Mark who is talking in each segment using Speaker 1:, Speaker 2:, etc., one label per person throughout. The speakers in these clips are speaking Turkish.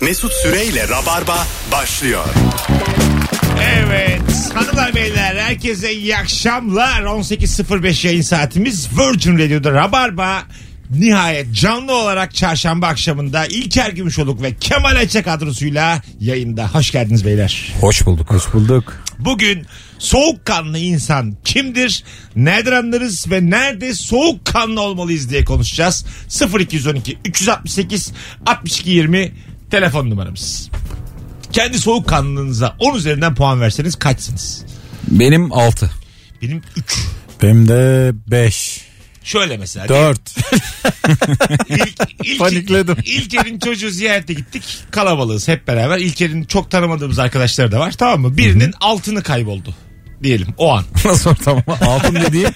Speaker 1: Mesut Süreyle Rabarba başlıyor.
Speaker 2: Evet hanımlar beyler herkese iyi akşamlar 18.05 yayın saatimiz Virgin Radio'da Rabarba nihayet canlı olarak çarşamba akşamında İlker Gümüşoluk ve Kemal Ayça kadrosuyla yayında. Hoş geldiniz beyler.
Speaker 3: Hoş bulduk. Hoş bulduk.
Speaker 2: Bugün soğukkanlı insan kimdir? Nereden anlarız ve nerede soğukkanlı olmalıyız diye konuşacağız. 0212 368 62 20 telefon numaramız. Kendi soğukkanlılığınıza 10 üzerinden puan verseniz kaçsınız?
Speaker 3: Benim 6.
Speaker 2: Benim 3.
Speaker 4: Benim de 5,
Speaker 2: Şöyle mesela.
Speaker 4: 4.
Speaker 2: İlk, ilk,
Speaker 4: Panikledim.
Speaker 2: İlker'in çocuğu ziyarete gittik. Kalabalığız hep beraber. İlker'in çok tanımadığımız arkadaşları da var. Tamam mı? Birinin altını kayboldu. Diyelim o an.
Speaker 3: Nasıl ortam? Altın dediğim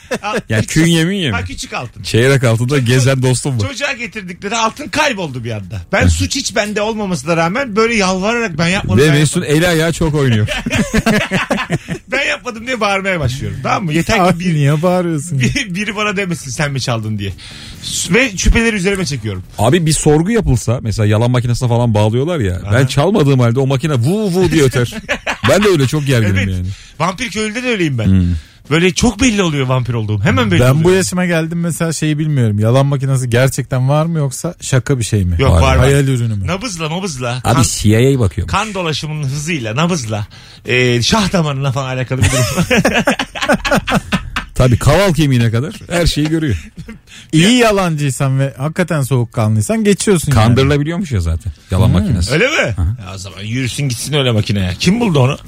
Speaker 3: ya künyemin
Speaker 2: Ha
Speaker 3: mi?
Speaker 2: küçük altın.
Speaker 3: Çeyrek altında gezen dostum bu.
Speaker 2: Çocuğa getirdikleri altın kayboldu bir anda. Ben suç hiç bende olmamasına rağmen böyle yalvararak ben yapmadım.
Speaker 3: Ve
Speaker 2: ben,
Speaker 3: Mesut'un eli ayağı çok oynuyor.
Speaker 2: ben yapmadım diye bağırmaya başlıyorum. Tamam mı? Yeter ki
Speaker 4: Abi
Speaker 2: bir,
Speaker 4: niye bağırıyorsun?
Speaker 2: bir- biri bana demesin sen mi çaldın diye. Ve şüpheleri üzerime çekiyorum.
Speaker 3: Abi bir sorgu yapılsa mesela yalan makinesine falan bağlıyorlar ya. Ben çalmadığım halde o makine vu vu diye öter. ben de öyle çok gerginim
Speaker 2: Evet.
Speaker 3: yani.
Speaker 2: Vampir köylüde de öyleyim ben. Böyle çok belli oluyor vampir olduğum. Hemen belli
Speaker 4: Hmm. Ben bu
Speaker 2: oluyor.
Speaker 4: yaşıma geldim mesela şeyi bilmiyorum. Yalan makinesi gerçekten var mı yoksa şaka bir şey mi?
Speaker 2: Yok, var, var.
Speaker 4: Hayal ürünü mü?
Speaker 2: Nabızla mabızla. kan-
Speaker 3: Abi CIA'ya bakıyor.
Speaker 2: kan dolaşımının hızıyla, nabızla, e, şah damarına falan alakalı bir durum.
Speaker 3: Tabii kaval kemiğine kadar her şeyi görüyor.
Speaker 4: İyi yalancıysan ve hakikaten soğukkanlıysan geçiyorsun yani.
Speaker 3: Kandırılabiliyormuş ya zaten yalan makinesi.
Speaker 2: öyle mi? Ya o zaman yürüsün gitsin öyle makineye. Kim buldu onu?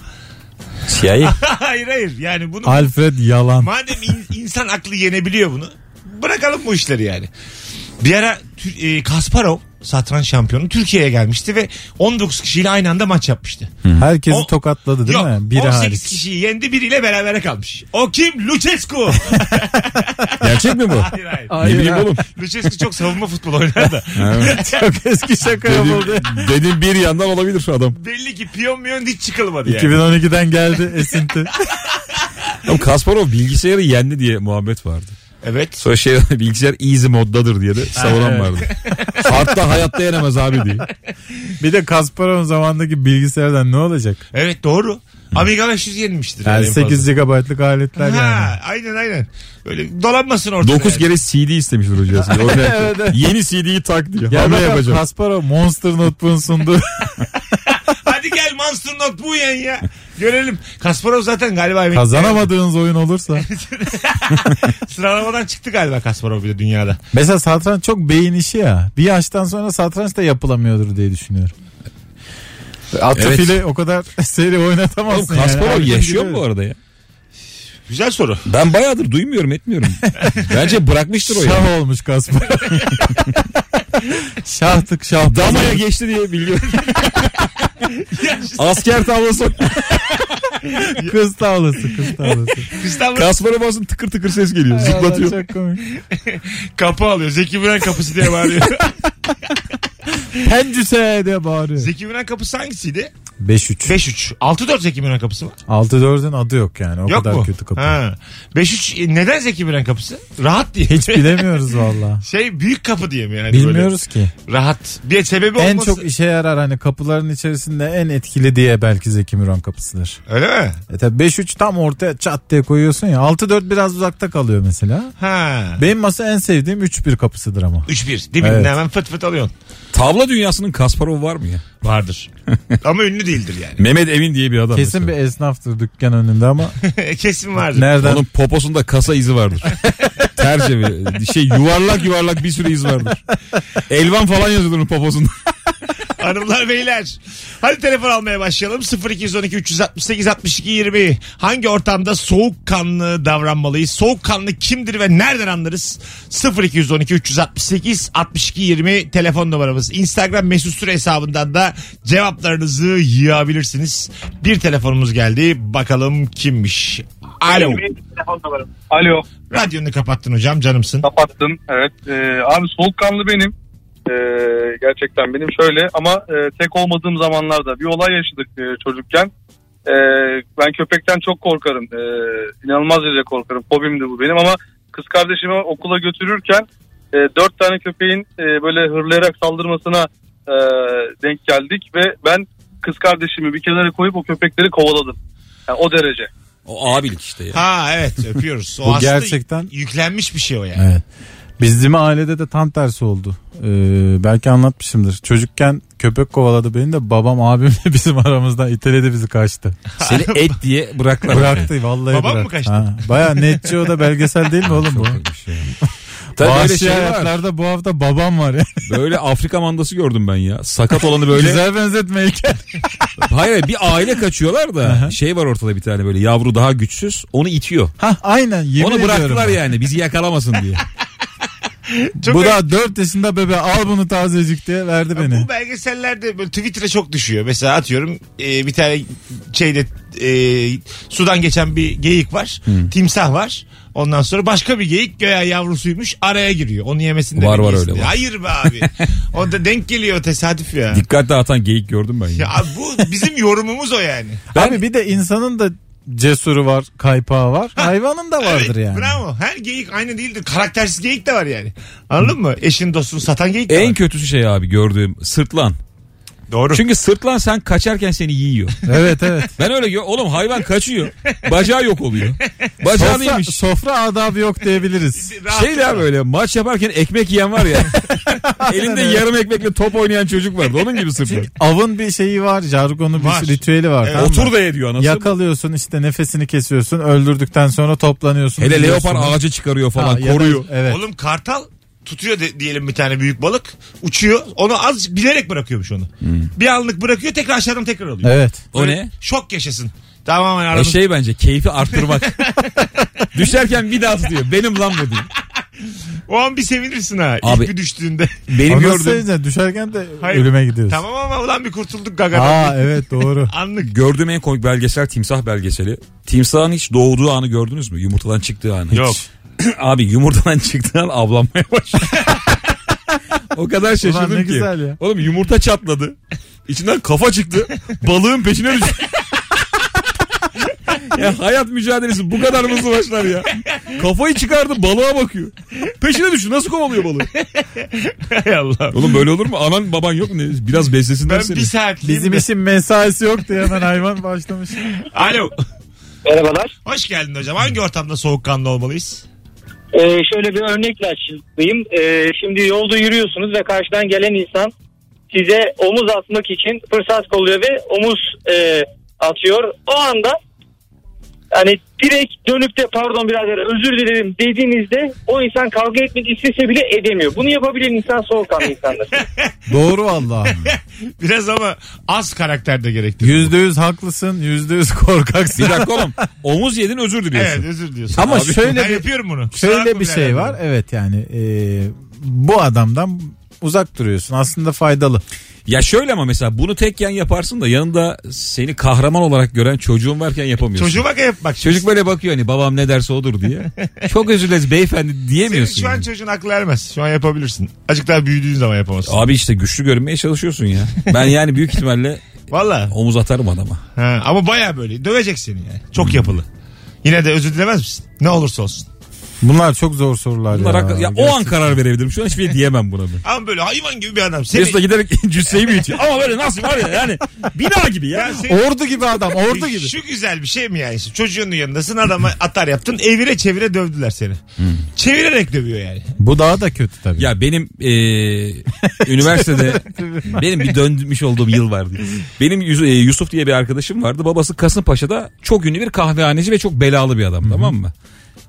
Speaker 3: CIA.
Speaker 2: hayır hayır yani bunu
Speaker 4: Alfred yalan.
Speaker 2: madem in- insan aklı yenebiliyor bunu bırakalım bu işleri yani. Bir ara Tür- e, Kasparov satranç şampiyonu Türkiye'ye gelmişti ve 19 kişiyle aynı anda maç yapmıştı.
Speaker 4: Herkesi
Speaker 2: O-
Speaker 4: tokatladı değil
Speaker 2: Yok
Speaker 4: mi? Biri
Speaker 3: şey-
Speaker 2: 18
Speaker 4: hariç.
Speaker 2: kişiyi yendi biriyle berabere kalmış. O kim? Lucescu.
Speaker 3: Gerçek mi bu?
Speaker 2: hayır hayır.
Speaker 3: ne bileyim oğlum.
Speaker 2: Lucescu çok savunma futbol oynar da.
Speaker 4: Çok eski şaka
Speaker 3: Dedim,
Speaker 4: yapıldı.
Speaker 3: dedim bir yandan olabilir şu adam.
Speaker 2: Belli ki piyon miyon hiç çıkılmadı yani.
Speaker 4: 2012'den geldi esinti.
Speaker 3: Oğlum Kasparov bilgisayarı yendi diye muhabbet vardı.
Speaker 2: Evet.
Speaker 3: Sonra şey bilgisayar easy moddadır diye de savunan vardı. Hatta hayatta yenemez abi diye.
Speaker 4: bir de Kasparov'un zamandaki bilgisayardan ne olacak?
Speaker 2: Evet doğru. Amiga 500 yenilmiştir.
Speaker 4: Yani
Speaker 2: en fazla.
Speaker 4: 8 GB'lık aletler yani.
Speaker 2: Ha, aynen aynen. Böyle dolanmasın ortada.
Speaker 3: 9
Speaker 2: yani.
Speaker 3: kere CD istemiştir hocası.
Speaker 4: Evet, evet.
Speaker 3: Yeni CD'yi tak diyor.
Speaker 4: Ya
Speaker 3: Hamle
Speaker 4: da
Speaker 3: yapacağım.
Speaker 4: Kasparov Monster Notebook'un sunduğu
Speaker 2: Hadi gel Monster Not bu yen ya. Görelim. Kasparov zaten galiba emekli.
Speaker 4: kazanamadığınız oyun olursa.
Speaker 2: Sıralamadan çıktı galiba Kasparov bir de dünyada.
Speaker 4: Mesela satranç çok beyin işi ya. Bir yaştan sonra satranç da yapılamıyordur diye düşünüyorum. Atrofili o kadar seri oynatamazsın
Speaker 3: Oğlum
Speaker 4: yani.
Speaker 3: Kasparov
Speaker 4: Her gün
Speaker 3: yaşıyor mu
Speaker 4: gidiyor.
Speaker 3: bu arada ya?
Speaker 2: Güzel soru.
Speaker 3: Ben bayağıdır duymuyorum etmiyorum. Bence bırakmıştır o ya.
Speaker 4: Şah olmuş Kasparov. Şahtık şah.
Speaker 3: Damaya geçti diye biliyorum. Asker tavlası.
Speaker 4: Kız tavlası kız tavlası.
Speaker 2: İstanbul
Speaker 3: Kasparov basın tıkır tıkır ses geliyor.
Speaker 4: Zıplatıyor.
Speaker 3: Zıplatıyor.
Speaker 4: Çok komik.
Speaker 2: kapı alıyor. Zeki Müren kapısı diye bağırıyor.
Speaker 4: Pencüse diye bağırıyor.
Speaker 2: Zeki Müren kapısı hangisiydi?
Speaker 4: 5-3.
Speaker 2: 5-3. 6-4 Zeki Müren kapısı mı?
Speaker 4: 6-4'ün adı yok yani. O
Speaker 2: Yok
Speaker 4: kadar
Speaker 2: mu?
Speaker 4: kötü kapı.
Speaker 2: Ha. 5-3 e, neden Zeki Müren kapısı? Rahat diye.
Speaker 4: Hiç bilemiyoruz valla.
Speaker 2: Şey büyük kapı diye mi yani? böyle?
Speaker 4: Bilmiyoruz ki.
Speaker 2: Rahat. Bir sebebi
Speaker 4: En
Speaker 2: olması.
Speaker 4: çok işe yarar hani kapıların içerisinde en etkili diye belki Zeki Müren kapısıdır.
Speaker 2: Öyle mi?
Speaker 4: E tabi 5-3 tam ortaya çat diye koyuyorsun ya. 6-4 biraz uzakta kalıyor mesela.
Speaker 2: Ha.
Speaker 4: Benim masa en sevdiğim 3-1 kapısıdır ama.
Speaker 2: 3-1. Dibinden
Speaker 4: Evet.
Speaker 2: hemen fıt fıt alıyorsun.
Speaker 3: Tavla dünyasının Kasparov var mı ya?
Speaker 2: Vardır. Ama ünlü değildir yani.
Speaker 3: Mehmet Emin diye bir adam.
Speaker 4: Kesin
Speaker 3: mesela.
Speaker 4: bir esnaftır dükkan önünde ama
Speaker 2: Kesin vardır.
Speaker 4: nereden
Speaker 3: Onun poposunda kasa izi vardır. Terce bir şey yuvarlak yuvarlak bir sürü iz vardır. Elvan falan yazılır onun poposunda.
Speaker 2: Hanımlar beyler. Hadi telefon almaya başlayalım. 0212 368 62 20. Hangi ortamda soğukkanlı davranmalıyız? Soğukkanlı kimdir ve nereden anlarız? 0212 368 62 20 telefon numaramız. Instagram mesut süre hesabından da cevaplarınızı yığabilirsiniz. Bir telefonumuz geldi. Bakalım kimmiş? Alo.
Speaker 5: Alo
Speaker 2: Radyonu kapattın hocam canımsın.
Speaker 5: kapattım evet Ee, abi soğukkanlı benim Ee, gerçekten benim şöyle ama e, tek olmadığım zamanlarda bir olay yaşadık e, çocukken Ee, ben köpekten çok korkarım Ee, inanılmaz derece korkarım fobimdi bu benim ama kız kardeşimi okula götürürken e, dört tane köpeğin e, böyle hırlayarak saldırmasına e, e, denk geldik ve ben kız kardeşimi bir kenara koyup o köpekleri kovaladım. Yani o derece.
Speaker 6: O abilik işte ya.
Speaker 2: Ha evet öpüyoruz. O
Speaker 4: Bu
Speaker 2: aslında
Speaker 4: gerçekten-
Speaker 2: yüklenmiş bir şey o yani.
Speaker 4: Evet. Bizim ailede de tam tersi oldu. Ee, belki anlatmışımdır. Çocukken köpek kovaladı beni de babam abimle bizim aramızdan iteledi bizi kaçtı.
Speaker 6: Seni et diye bıraklar.
Speaker 4: Bıraktı vallahi
Speaker 2: Babam mı
Speaker 4: bıraktı.
Speaker 2: kaçtı?
Speaker 4: Ha, Baya netçi o da belgesel değil mi oğlum bu?
Speaker 6: Tabii böyle
Speaker 4: Vahşi
Speaker 6: şey var.
Speaker 4: hayatlarda bu hafta babam var ya.
Speaker 3: Böyle Afrika mandası gördüm ben ya. Sakat olanı böyle.
Speaker 4: Güzel benzetme İlker.
Speaker 3: Hayır hayır, bir aile kaçıyorlar da şey var ortada bir tane böyle yavru daha güçsüz onu itiyor.
Speaker 4: Hah aynen yemin
Speaker 3: onu bıraktılar
Speaker 4: ediyorum.
Speaker 3: yani bizi yakalamasın diye.
Speaker 2: Çok
Speaker 4: Bu da 4 yaşında bebe al bunu tazecik diye verdi beni.
Speaker 2: Bu belgesellerde böyle Twitter'a çok düşüyor. Mesela atıyorum e, bir tane şeyde e, sudan geçen bir geyik var. Timsah var. Ondan sonra başka bir geyik göya yavrusuymuş araya giriyor. Onu yemesini de
Speaker 3: Var, var
Speaker 2: bekliyorsun
Speaker 3: öyle
Speaker 2: diye.
Speaker 3: var.
Speaker 2: Hayır be abi. o da denk geliyor tesadüf ya.
Speaker 3: Dikkat dağıtan geyik gördüm ben
Speaker 2: Ya
Speaker 3: ya.
Speaker 2: abi bu bizim yorumumuz o yani.
Speaker 4: Abi bir de insanın da cesuru var, kaypağı var. Hayvanın da vardır
Speaker 2: Evet,
Speaker 4: yani.
Speaker 2: Bravo. Her geyik aynı değildir. Karaktersiz geyik de var yani. Anladın mı? Eşin dostunu satan geyik de
Speaker 3: En
Speaker 2: var.
Speaker 3: kötüsü şey abi gördüğüm sırtlan.
Speaker 2: Doğru.
Speaker 3: Çünkü sırtlan sen kaçarken seni yiyor.
Speaker 4: Evet evet.
Speaker 3: Ben öyle gör oğlum hayvan kaçıyor. Bacağı yok oluyor. Bacağı
Speaker 4: sofra,
Speaker 3: neymiş?
Speaker 4: sofra adabı yok diyebiliriz.
Speaker 2: Rahat
Speaker 3: Şey ya böyle maç yaparken ekmek yiyen var ya. Elinde yarım ekmekle top oynayan çocuk vardı. Onun gibi sırtlan.
Speaker 4: Avın bir şeyi var, jargonu bir
Speaker 2: Var.
Speaker 4: ritüeli var. tamam mı?
Speaker 3: Otur da ediyor anasını.
Speaker 4: Yakalıyorsun işte nefesini kesiyorsun, öldürdükten sonra toplanıyorsun.
Speaker 3: Hele
Speaker 4: yiyorsun.
Speaker 3: leopar ağacı çıkarıyor
Speaker 4: Ha,
Speaker 3: falan
Speaker 4: ya da-
Speaker 3: koruyor.
Speaker 4: evet.
Speaker 2: Oğlum kartal tutuyor de- diyelim bir tane büyük balık. Uçuyor. Onu az bilerek bırakıyormuş onu. Bir anlık bırakıyor tekrar aşağıdan tekrar alıyor.
Speaker 4: Hmm. Evet.
Speaker 3: O
Speaker 2: Böyle
Speaker 3: ne?
Speaker 2: Şok yaşasın. Tamamen
Speaker 3: E
Speaker 2: aramız.
Speaker 3: şey bence keyfi arttırmak. Düşerken bir daha diyor. Benim lan bu diyor.
Speaker 2: O an bir sevinirsin ha.
Speaker 3: Abi-
Speaker 2: İlk bir düştüğünde.
Speaker 3: Benim
Speaker 4: Ama
Speaker 3: gördüğüm
Speaker 4: sevince düşerken de
Speaker 2: Hayır.
Speaker 4: ölüme gidiyorsun.
Speaker 2: tamam ama ulan bir kurtulduk gaga.
Speaker 4: Aa evet doğru.
Speaker 2: Anlık.
Speaker 3: gördüğüm en komik belgesel timsah belgeseli. Timsahın hiç doğduğu anı gördünüz mü? Yumurtadan çıktığı anı.
Speaker 2: Yok.
Speaker 3: Abi yumurtadan çıktığı an avlanmaya başladı. o kadar şaşırdım
Speaker 4: Ulan ne
Speaker 3: ki.
Speaker 4: güzel ya.
Speaker 3: Oğlum yumurta çatladı. İçinden kafa çıktı. Balığın peşine düştü. ya hayat mücadelesi bu kadar hızlı başlar ya. Kafayı çıkardı balığa bakıyor. Peşine düştü nasıl kovalıyor balığı?
Speaker 2: Hay Allah.
Speaker 3: Oğlum böyle olur mu? Anan baban yok mu? Biraz beslesinler
Speaker 2: Ben
Speaker 3: seni.
Speaker 2: bir saatliğim.
Speaker 4: Bizim
Speaker 2: de-
Speaker 4: işin mesaisi yoktu hemen hayvan başlamış.
Speaker 2: Alo.
Speaker 7: Merhabalar.
Speaker 2: Hoş geldin hocam. Hangi ortamda soğukkanlı olmalıyız?
Speaker 7: Ee, şöyle bir örnekle açıklayayım. Ee, şimdi yolda yürüyorsunuz ve karşıdan gelen insan size omuz atmak için fırsat kolluyor ve omuz e, atıyor. O anda hani direkt dönüp de pardon birader özür dilerim dediğinizde o insan kavga etmek istese bile edemiyor. Bunu yapabilen insan soğukkanlı insanlar.
Speaker 4: Doğru vallahi.
Speaker 2: Biraz ama az karakter de gerektirir.
Speaker 4: Yüzde yüz haklısın, yüzde yüz korkaksın.
Speaker 3: Bir dakika oğlum. Omuz yedin özür diliyorsun.
Speaker 2: Evet özür diliyorsun.
Speaker 4: Ama şöyle
Speaker 2: ben
Speaker 4: bir-
Speaker 2: yapıyorum bunu. Kusura
Speaker 4: Şöyle
Speaker 2: bakma
Speaker 4: bir şey
Speaker 2: birader.
Speaker 4: var. Evet yani e, bu adamdan uzak duruyorsun. Aslında faydalı.
Speaker 3: Ya şöyle ama mesela bunu tekken yaparsın da yanında seni kahraman olarak gören çocuğun varken yapamıyorsun.
Speaker 2: Çocuğu bak hep bak.
Speaker 3: Çocuk böyle bakıyor hani babam ne derse odur diye. Çok özür dileriz beyefendi diyemiyorsun.
Speaker 2: Şu an
Speaker 3: yani.
Speaker 2: çocuğun aklı ermez. Şu an yapabilirsin. Azıcık daha büyüdüğün zaman yapamazsın.
Speaker 3: Abi işte güçlü görünmeye çalışıyorsun ya. Ben yani büyük ihtimalle
Speaker 2: Valla.
Speaker 3: omuz atarım adama.
Speaker 2: Ha, Ama baya böyle. Dövecek seni yani.
Speaker 4: Hmm.
Speaker 2: Çok yapılı. Yine de özür dilemez misin? Ne olursa olsun.
Speaker 4: Bunlar çok zor sorular
Speaker 3: Bunlar
Speaker 4: ya.
Speaker 3: hakikaten- ya, o
Speaker 4: Gerçekten.
Speaker 3: an karar verebilirim. Şu an hiçbir şey diyemem buna ben.
Speaker 2: Ama böyle hayvan gibi bir adam. Seni,
Speaker 3: Mesut'a giderek cüsseyi büyütüyor. Ama böyle nasıl var ya yani bina gibi ya.
Speaker 2: Ya seni-
Speaker 4: Ordu gibi adam, ordu gibi.
Speaker 2: Şu güzel bir şey mi yani? Şimdi çocuğunun yanındasın adama atar yaptın. Evire çevire dövdüler seni.
Speaker 4: Hmm.
Speaker 2: Çevirerek dövüyor yani.
Speaker 4: Bu daha da kötü tabii.
Speaker 3: Ya benim eee, üniversitede benim bir dönmüş olduğum yıl vardı. Benim Yus- e, Yusuf diye bir arkadaşım vardı. Babası Kasımpaşa'da çok ünlü bir kahvehaneci ve çok belalı bir adam tamam mı?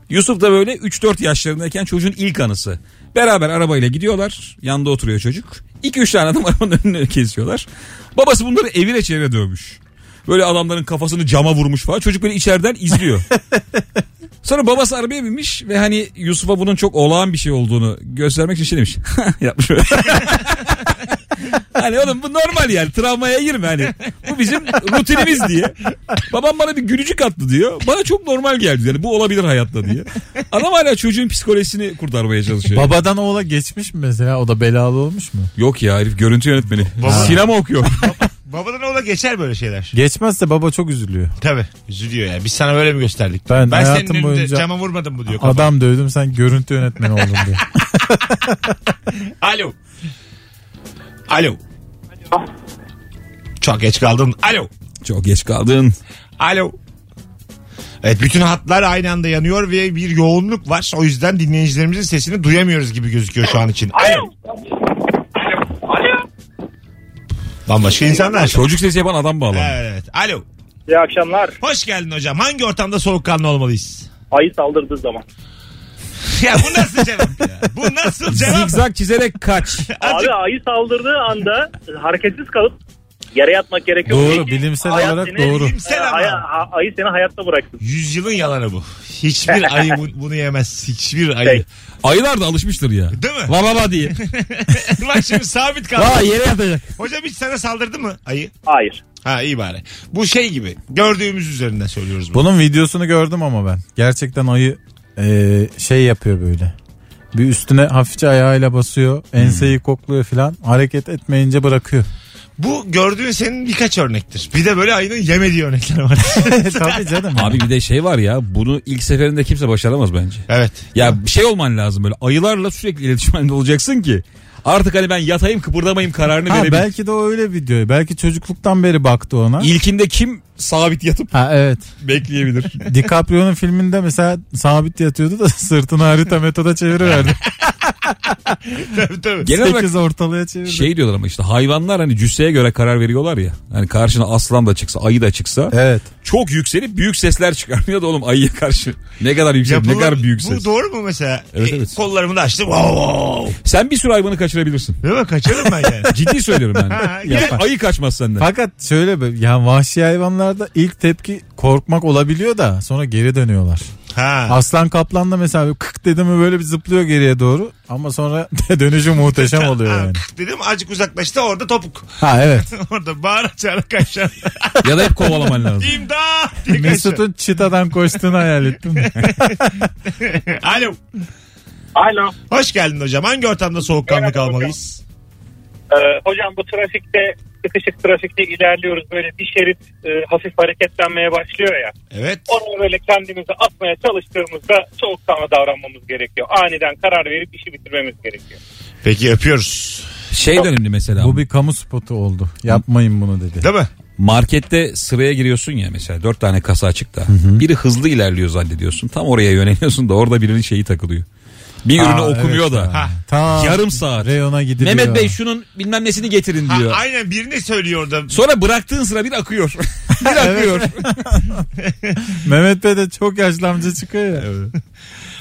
Speaker 3: Yusuf da böyle 3-4 yaşlarındayken çocuğun ilk anısı. Beraber arabayla gidiyorlar. Yanında oturuyor çocuk. 2-3 tane adam arabanın önüne kesiyorlar. Babası bunları evire çevire dövmüş. Böyle adamların kafasını cama vurmuş falan. Çocuk böyle içeriden izliyor. Sonra babası arabaya binmiş ve hani Yusuf'a bunun çok olağan bir şey olduğunu göstermek için şey demiş. Yapmış böyle. hani oğlum bu normal yani travmaya girme hani. Bu bizim rutinimiz diye. Babam bana bir gülücük attı diyor. Bana çok normal geldi yani bu olabilir hayatta diye. Adam hala çocuğun psikolojisini kurtarmaya çalışıyor.
Speaker 4: Babadan oğula geçmiş mi mesela? O da belalı olmuş mu?
Speaker 3: Yok ya herif görüntü yönetmeni.
Speaker 2: Baba-
Speaker 3: Sinema okuyor.
Speaker 2: Babadan oğla geçer böyle şeyler.
Speaker 4: Geçmezse baba çok üzülüyor.
Speaker 2: Tabii. Üzülüyor yani. Biz sana böyle mi gösterdik?
Speaker 4: Ben
Speaker 2: ben senin
Speaker 4: hayatım
Speaker 2: önünde
Speaker 4: boyunca-
Speaker 2: cama vurmadım bu diyor. kafa.
Speaker 4: Adam dövdüm sen görüntü yönetmeni oldun diye.
Speaker 2: Alo. Alo. Çok geç kaldın. Alo.
Speaker 3: Çok geç kaldın.
Speaker 2: Alo. Evet bütün hatlar aynı anda yanıyor ve bir yoğunluk var. O yüzden dinleyicilerimizin sesini duyamıyoruz gibi gözüküyor şu an için. Alo. Bambaşka insanlar.
Speaker 3: Çocuk sesi yapan adam bağlandı.
Speaker 2: Evet. Alo.
Speaker 7: İyi akşamlar.
Speaker 2: Hoş geldin hocam. Hangi ortamda soğukkanlı olmalıyız?
Speaker 7: Ayı saldırdığı zaman.
Speaker 2: Ya bu nasıl cevap ya? Bu nasıl cevap?
Speaker 3: Zigzag çizerek kaç.
Speaker 2: Azıcık-
Speaker 7: Abi ayı saldırdığı anda hareketsiz kalıp yere yatmak gerekiyor.
Speaker 4: Doğru
Speaker 7: Çünkü
Speaker 4: bilimsel
Speaker 7: hayat
Speaker 4: olarak
Speaker 7: seni-
Speaker 4: doğru.
Speaker 2: Bilimsel
Speaker 7: e,
Speaker 2: ama.
Speaker 7: aya- a- ayı seni hayatta bıraktı.
Speaker 2: Yüzyılın yalanı bu. Hiçbir ayı bu- bunu yemez. Hiçbir ayı.
Speaker 7: Peki.
Speaker 3: Ayılar da alışmıştır ya.
Speaker 2: Değil mi?
Speaker 3: Va va va diye.
Speaker 2: Bak şimdi sabit
Speaker 3: Va
Speaker 2: kaldı.
Speaker 3: yere yatacak.
Speaker 2: Hocam hiç sana saldırdı mı ayı?
Speaker 7: Hayır.
Speaker 2: Ha iyi bari. Bu şey gibi. Gördüğümüz üzerinden söylüyoruz bunu.
Speaker 4: Bunun videosunu gördüm ama ben. Gerçekten ayı e, şey yapıyor böyle. Bir üstüne hafifçe ayağıyla basıyor. Enseyi
Speaker 3: Hmm.
Speaker 4: kokluyor filan. Hareket etmeyince bırakıyor.
Speaker 2: Bu gördüğün senin birkaç örnektir. Bir de böyle ayının yemediği örnekler var.
Speaker 4: Tabii canım.
Speaker 3: Abi bir de şey var ya bunu ilk seferinde kimse başaramaz bence.
Speaker 2: evet.
Speaker 3: Ya bir şey olman lazım böyle ayılarla sürekli iletişim halinde olacaksın ki. Artık hani ben yatayım kıpırdamayım kararını
Speaker 4: Ha,
Speaker 3: verebil.
Speaker 4: belki de o öyle video. Belki çocukluktan beri baktı ona.
Speaker 3: İlkinde kim sabit yatıp
Speaker 4: Ha evet.
Speaker 3: bekleyebilir?
Speaker 4: DiCaprio'nun filminde mesela sabit yatıyordu da sırtını harita metoda çeviriverdi.
Speaker 2: tabii tabii.
Speaker 3: Genel olarak
Speaker 4: 8 ortalığa çevirdi.
Speaker 3: şey diyorlar ama işte hayvanlar hani cüsseye göre karar veriyorlar ya. Hani karşına aslan da çıksa ayı da çıksa
Speaker 4: Evet.
Speaker 3: çok yükselip büyük sesler çıkarmıyor da oğlum ayıya karşı. Ne kadar yüksek şey, ne
Speaker 2: Yapılan-
Speaker 3: kadar büyük
Speaker 2: Bu
Speaker 3: ses.
Speaker 2: doğru mu mesela?
Speaker 3: Evet,
Speaker 2: E,
Speaker 3: evet.
Speaker 2: kollarımı da açtım. Wow, wow.
Speaker 3: Sen bir sürü hayvanı kaçırabilirsin.
Speaker 2: Değil mi? Kaçarım ben yani.
Speaker 3: Ciddi söylüyorum
Speaker 2: Ha,
Speaker 3: ben. Bir de
Speaker 2: yapar.
Speaker 3: ayı kaçmaz senden.
Speaker 4: Fakat şöyle bir- yani vahşi hayvanlarda ilk tepki korkmak olabiliyor da sonra geri dönüyorlar.
Speaker 2: Ha.
Speaker 4: Aslan kaplan da mesela bir kık dedi mi böyle bir zıplıyor geriye doğru ama sonra dönüşü muhteşem oluyor
Speaker 2: Ha,
Speaker 4: yani.
Speaker 2: Dedim acık uzaklaştı orada topuk.
Speaker 4: Ha evet.
Speaker 2: orada bağıra çağıra kaçar.
Speaker 3: ya da hep kovalaman lazım.
Speaker 2: İmdat diye kaçar.
Speaker 4: Mesut'un çıtadan koştuğunu hayal ettim. de.
Speaker 2: Alo.
Speaker 7: Alo.
Speaker 2: Hoş geldin hocam. Hangi ortamda soğukkanlı
Speaker 7: Merhaba
Speaker 2: kalmalıyız?
Speaker 7: Ee, hocam bu trafikte sıkışık trafikte ilerliyoruz. Böyle bir şerit e, hafif hareketlenmeye başlıyor ya.
Speaker 2: Evet.
Speaker 7: Onu böyle kendimizi atmaya çalıştığımızda soğukkanlı davranmamız gerekiyor. Aniden karar verip işi bitirmemiz gerekiyor.
Speaker 2: Peki öpüyoruz.
Speaker 3: Şey dönemli mesela.
Speaker 4: Bu bir kamu spotu oldu. Yapmayın bunu dedi.
Speaker 2: Değil mi?
Speaker 3: Markette sıraya giriyorsun ya mesela dört tane kasa açıkta. Biri hızlı ilerliyor zannediyorsun. Tam oraya yöneliyorsun da orada birinin şeyi takılıyor. Bir ürünü
Speaker 4: Aa,
Speaker 3: okumuyor
Speaker 4: evet
Speaker 3: da.
Speaker 4: ya. Ta
Speaker 3: Yarım saat.
Speaker 4: Reyona gidiliyor.
Speaker 3: Mehmet Bey şunun bilmem nesini getirin
Speaker 2: Ha,
Speaker 3: diyor.
Speaker 2: aynen birini söylüyor orada.
Speaker 3: Sonra bıraktığın sıra bir akıyor. bir akıyor.
Speaker 4: Mehmet Bey de çok yaşlı amca çıkıyor ya.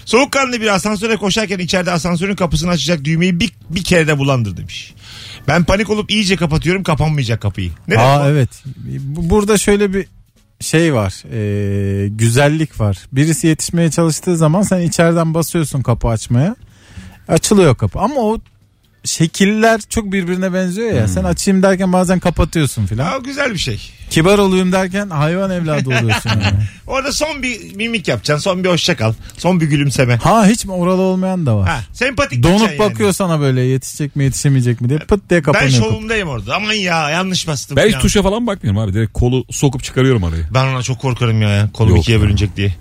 Speaker 2: Soğukkanlı bir asansöre koşarken içeride asansörün kapısını açacak düğmeyi bir, bir kere de bulandır demiş. Ben panik olup iyice kapatıyorum kapanmayacak kapıyı. Ne
Speaker 4: Aa
Speaker 2: demek bu?
Speaker 4: evet. Bu- Burada şöyle bir şey var. Ee, güzellik var. Birisi yetişmeye çalıştığı zaman sen içeriden basıyorsun kapı açmaya. Açılıyor kapı. Ama o şekiller çok birbirine benziyor ya.
Speaker 2: Hmm.
Speaker 4: Sen açayım derken bazen kapatıyorsun filan.
Speaker 2: Aa, güzel bir şey.
Speaker 4: Kibar olayım derken hayvan evladı oluyorsun. yani.
Speaker 2: Orada son bir mimik yapacaksın. Son bir hoşça kal. Son bir gülümseme.
Speaker 4: Ha hiç mi oralı olmayan da var.
Speaker 2: Ha, sempatik
Speaker 4: Donup
Speaker 2: gideceksin yani.
Speaker 4: bakıyor sana böyle yetişecek mi yetişemeyecek mi diye pıt diye
Speaker 2: Ben
Speaker 4: kapanıyor. kapı.
Speaker 2: şovumdayım orada. Aman ya yanlış bastım.
Speaker 3: ben hiç
Speaker 2: ya.
Speaker 3: tuşa falan bakmıyorum abi. Direkt kolu sokup çıkarıyorum araya.
Speaker 2: Ben ona çok korkarım ya. Kolum
Speaker 3: Yok
Speaker 2: ikiye
Speaker 3: ya.
Speaker 2: bölünecek diye.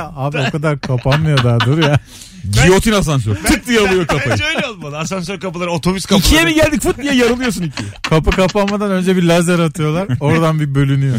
Speaker 4: Abi o kadar kapanmıyor daha dur ya.
Speaker 3: Giyotin asansör. Tık diye alıyor kafayı.
Speaker 2: Bence öyle olmalı. Asansör kapıları, otobüs kapıları.
Speaker 3: İkiye mi geldik fıt diye yarılıyorsun ikiye.
Speaker 4: Kapı kapanmadan önce bir lazer atıyorlar. Oradan bir bölünüyor.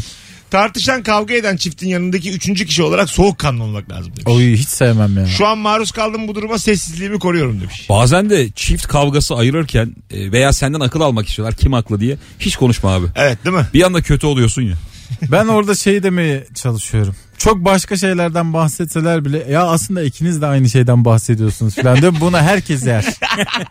Speaker 2: Tartışan kavga eden çiftin yanındaki üçüncü kişi olarak soğukkanlı olmak lazım demiş.
Speaker 4: Oy hiç sevmem ya.
Speaker 2: Şu an maruz kaldım bu duruma sessizliğimi koruyorum demiş.
Speaker 3: Bazen de çift kavgası ayırırken e, veya senden akıl almak istiyorlar kim haklı diye. Hiç konuşma abi.
Speaker 2: Evet değil mi?
Speaker 3: Bir anda kötü oluyorsun ya.
Speaker 4: Ben orada şey demeye çalışıyorum. Çok başka şeylerden bahsetseler bile ya aslında ikiniz de aynı şeyden bahsediyorsunuz falan diyor. Buna herkes yer.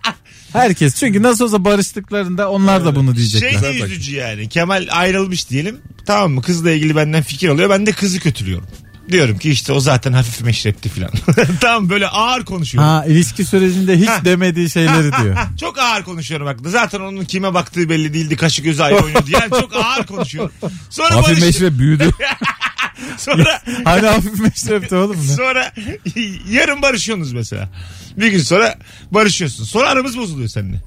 Speaker 4: herkes. Çünkü nasıl olsa barıştıklarında onlar da bunu
Speaker 2: Şey
Speaker 4: diyecekler.
Speaker 2: de üzücü yani. Kemal ayrılmış diyelim. Tamam mı? Kızla ilgili benden fikir alıyor. Ben de kızı kötülüyorum. Diyorum ki işte o zaten hafif meşrepti falan. tamam böyle ağır konuşuyorum.
Speaker 4: Ha ilişki sürecinde hiç demediği şeyleri diyor.
Speaker 2: Çok ağır konuşuyorum hakkında. Zaten onun kime baktığı belli değildi. Kaşı gözü ayrı oynuyordu. Yani çok ağır konuşuyorum. Sonra
Speaker 3: Hafif
Speaker 2: barış,
Speaker 3: meşre büyüdü.
Speaker 2: sonra
Speaker 4: Hani hafif meşrepti oğlum.
Speaker 2: sonra yarın barışıyorsunuz mesela. Bir gün sonra barışıyorsun. Sonra aramız bozuluyor seninle.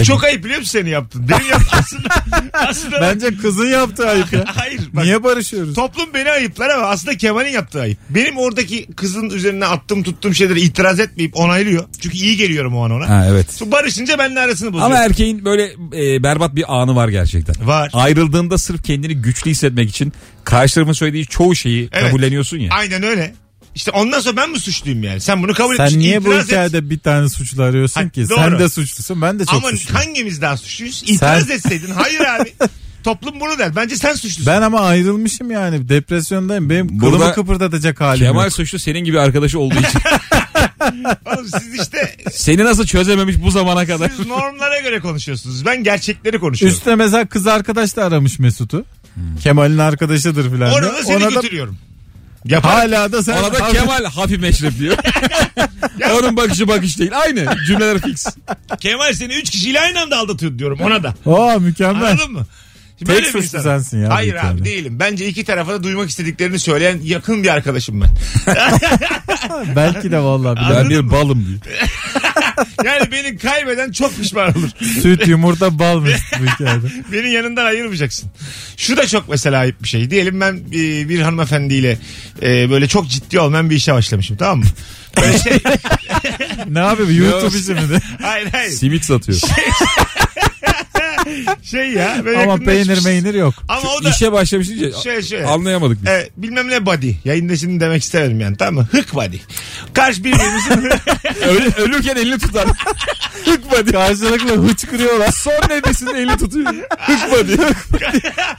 Speaker 2: Bu çok ayıp biliyor musun seni yaptın? Benim yap aslında, aslında
Speaker 4: Bence kızın yaptığı ayıp ya.
Speaker 2: hayır bak.
Speaker 4: Niye barışıyoruz?
Speaker 2: Toplum beni ayıplar ama aslında Kemal'in yaptığı ayıp. Benim oradaki kızın üzerine attığım tuttuğum şeylere itiraz etmeyip onaylıyor. Çünkü iyi geliyorum o an ona.
Speaker 3: Ha evet.
Speaker 2: Su barışınca benimle arasını bozuyor.
Speaker 3: Ama
Speaker 4: er-
Speaker 3: erkeğin böyle e, berbat bir anı var gerçekten.
Speaker 2: Var.
Speaker 3: Ayrıldığında sırf kendini güçlü hissetmek için karşı tarafın söylediği çoğu şeyi
Speaker 2: Evet.
Speaker 3: kabulleniyorsun ya.
Speaker 2: Aynen öyle. İşte ondan sonra ben mi suçluyum yani? Sen bunu kabul
Speaker 4: Sen
Speaker 2: etmişsin.
Speaker 4: niye bu
Speaker 2: itiraz et.
Speaker 4: hikayede bir tane suçlu arıyorsun
Speaker 2: Hayır,
Speaker 4: ki?
Speaker 2: doğru.
Speaker 4: Sen de suçlusun ben de çok
Speaker 2: Ama
Speaker 4: suçluyum.
Speaker 2: hangimiz daha suçluyuz? İtiraz
Speaker 4: Sen-
Speaker 2: etseydin. Hayır abi. Toplum bunu der. Bence sen suçlusun.
Speaker 4: Ben ama ayrılmışım yani depresyondayım. Benim
Speaker 3: Burada
Speaker 4: kılımı kıpırdatacak halim
Speaker 3: Kemal
Speaker 4: yok.
Speaker 3: suçlu senin gibi arkadaşı olduğu için.
Speaker 2: Oğlum siz işte
Speaker 3: Seni nasıl çözememiş bu zamana kadar.
Speaker 2: siz normlara göre konuşuyorsunuz. Ben gerçekleri konuşuyorum.
Speaker 4: Üstüne mesela kız arkadaş da aramış Mesut'u.
Speaker 3: Hmm.
Speaker 4: Kemal'in arkadaşıdır filan. diye.
Speaker 2: Orada seni
Speaker 4: Ona da-
Speaker 2: götürüyorum. Yaparım.
Speaker 4: Hala da sen
Speaker 3: Ona da Kemal hafif meşrep diyor. Onun bakışı bakış değil. Aynı. Cümleler fix.
Speaker 2: Kemal seni 3 kişiyle aynı anda aldatıyor diyorum ona da.
Speaker 4: Aa mükemmel.
Speaker 2: Anladın mı? Şimdi
Speaker 4: Tek
Speaker 2: böyle bir
Speaker 4: suçlu
Speaker 2: insan.
Speaker 4: sensin ya bu
Speaker 2: Hayır abi
Speaker 4: hikayede.
Speaker 2: değilim. Bence iki tarafa da duymak istediklerini söyleyen yakın bir arkadaşım ben.
Speaker 4: Belki de vallahi bilemem.
Speaker 3: Ben bir balım
Speaker 2: Şey,
Speaker 3: diyor.
Speaker 2: Yani beni kaybeden çok pişman olur.
Speaker 4: Süt yumurta bal mı bu hikayede?
Speaker 2: Beni yanından ayırmayacaksın. Şu da çok mesela ayıp bir şey. Diyelim ben e, bir hanımefendiyle e, böyle çok ciddi olmayan bir işe başlamışım tamam mı? Böyle şey.
Speaker 4: Ne abi YouTube işi mi de?
Speaker 2: hayır hayır.
Speaker 3: Simit satıyor.
Speaker 2: Şey ya. Böyle
Speaker 4: Ama peynir
Speaker 2: yakınlaşmışız.
Speaker 4: meynir yok.
Speaker 2: Ama o da Şey.
Speaker 3: İşe başlamış deyince
Speaker 2: Şöyle, şöyle.
Speaker 3: anlayamadık biz.
Speaker 2: e, bilmem ne body. Yayında şimdi demek istemedim yani tamam mı? Hık body. Karşı birbirimizin
Speaker 3: Ölü- ölürken elini tutar. Hıkmadı. Karşılıklı hıçkırıyorlar. Son nefesinde elini tutuyor. Hıkmadı.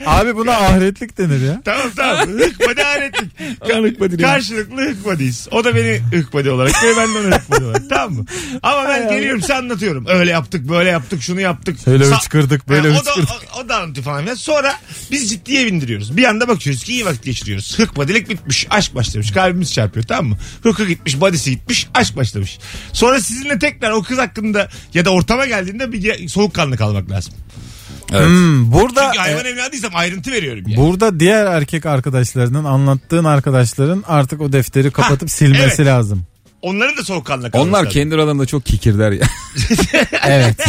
Speaker 4: Abi buna ahretlik denir ya.
Speaker 2: Tamam tamam. Hıkmadı aletlik.
Speaker 3: Aman hıkmadı diyor.
Speaker 2: Karşılıklı hıkmadıyız. O da beni hıkmadı olarak ve ben de onu hıkmadı olarak. Tamam mı? Ama ben geliyorum size anlatıyorum. Öyle yaptık böyle yaptık şunu yaptık.
Speaker 4: Şöyle
Speaker 2: Sa-
Speaker 4: hıçkırdık, böyle
Speaker 2: Ha,
Speaker 4: hıçkırdık.
Speaker 2: O da, o, o da anlatıyor falan. filan. Sonra biz ciddiye bindiriyoruz. Bir anda bakıyoruz ki iyi vakit geçiriyoruz. Hıkmadilik bitmiş. Aşk başlamış. Kalbimiz çarpıyor tamam mı? Hıkı gitmiş. Badisi gitmiş. Aşk başlamış. Sonra sizinle tekrar o kız hakkında ya da ortama geldiğinde bir ge- soğukkanlı kalmak lazım.
Speaker 4: Hmm, burada
Speaker 2: Çünkü
Speaker 3: e-
Speaker 2: hayvan evladıysam ayrıntı veriyorum yani.
Speaker 4: Burada diğer erkek arkadaşlarının anlattığın arkadaşların artık o defteri kapatıp silmesi
Speaker 2: evet.
Speaker 4: lazım.
Speaker 2: Onların da soğukkanlı kalması
Speaker 3: Onlar
Speaker 2: lazım.
Speaker 3: kendi aralarında çok kikirder ya.
Speaker 4: Evet.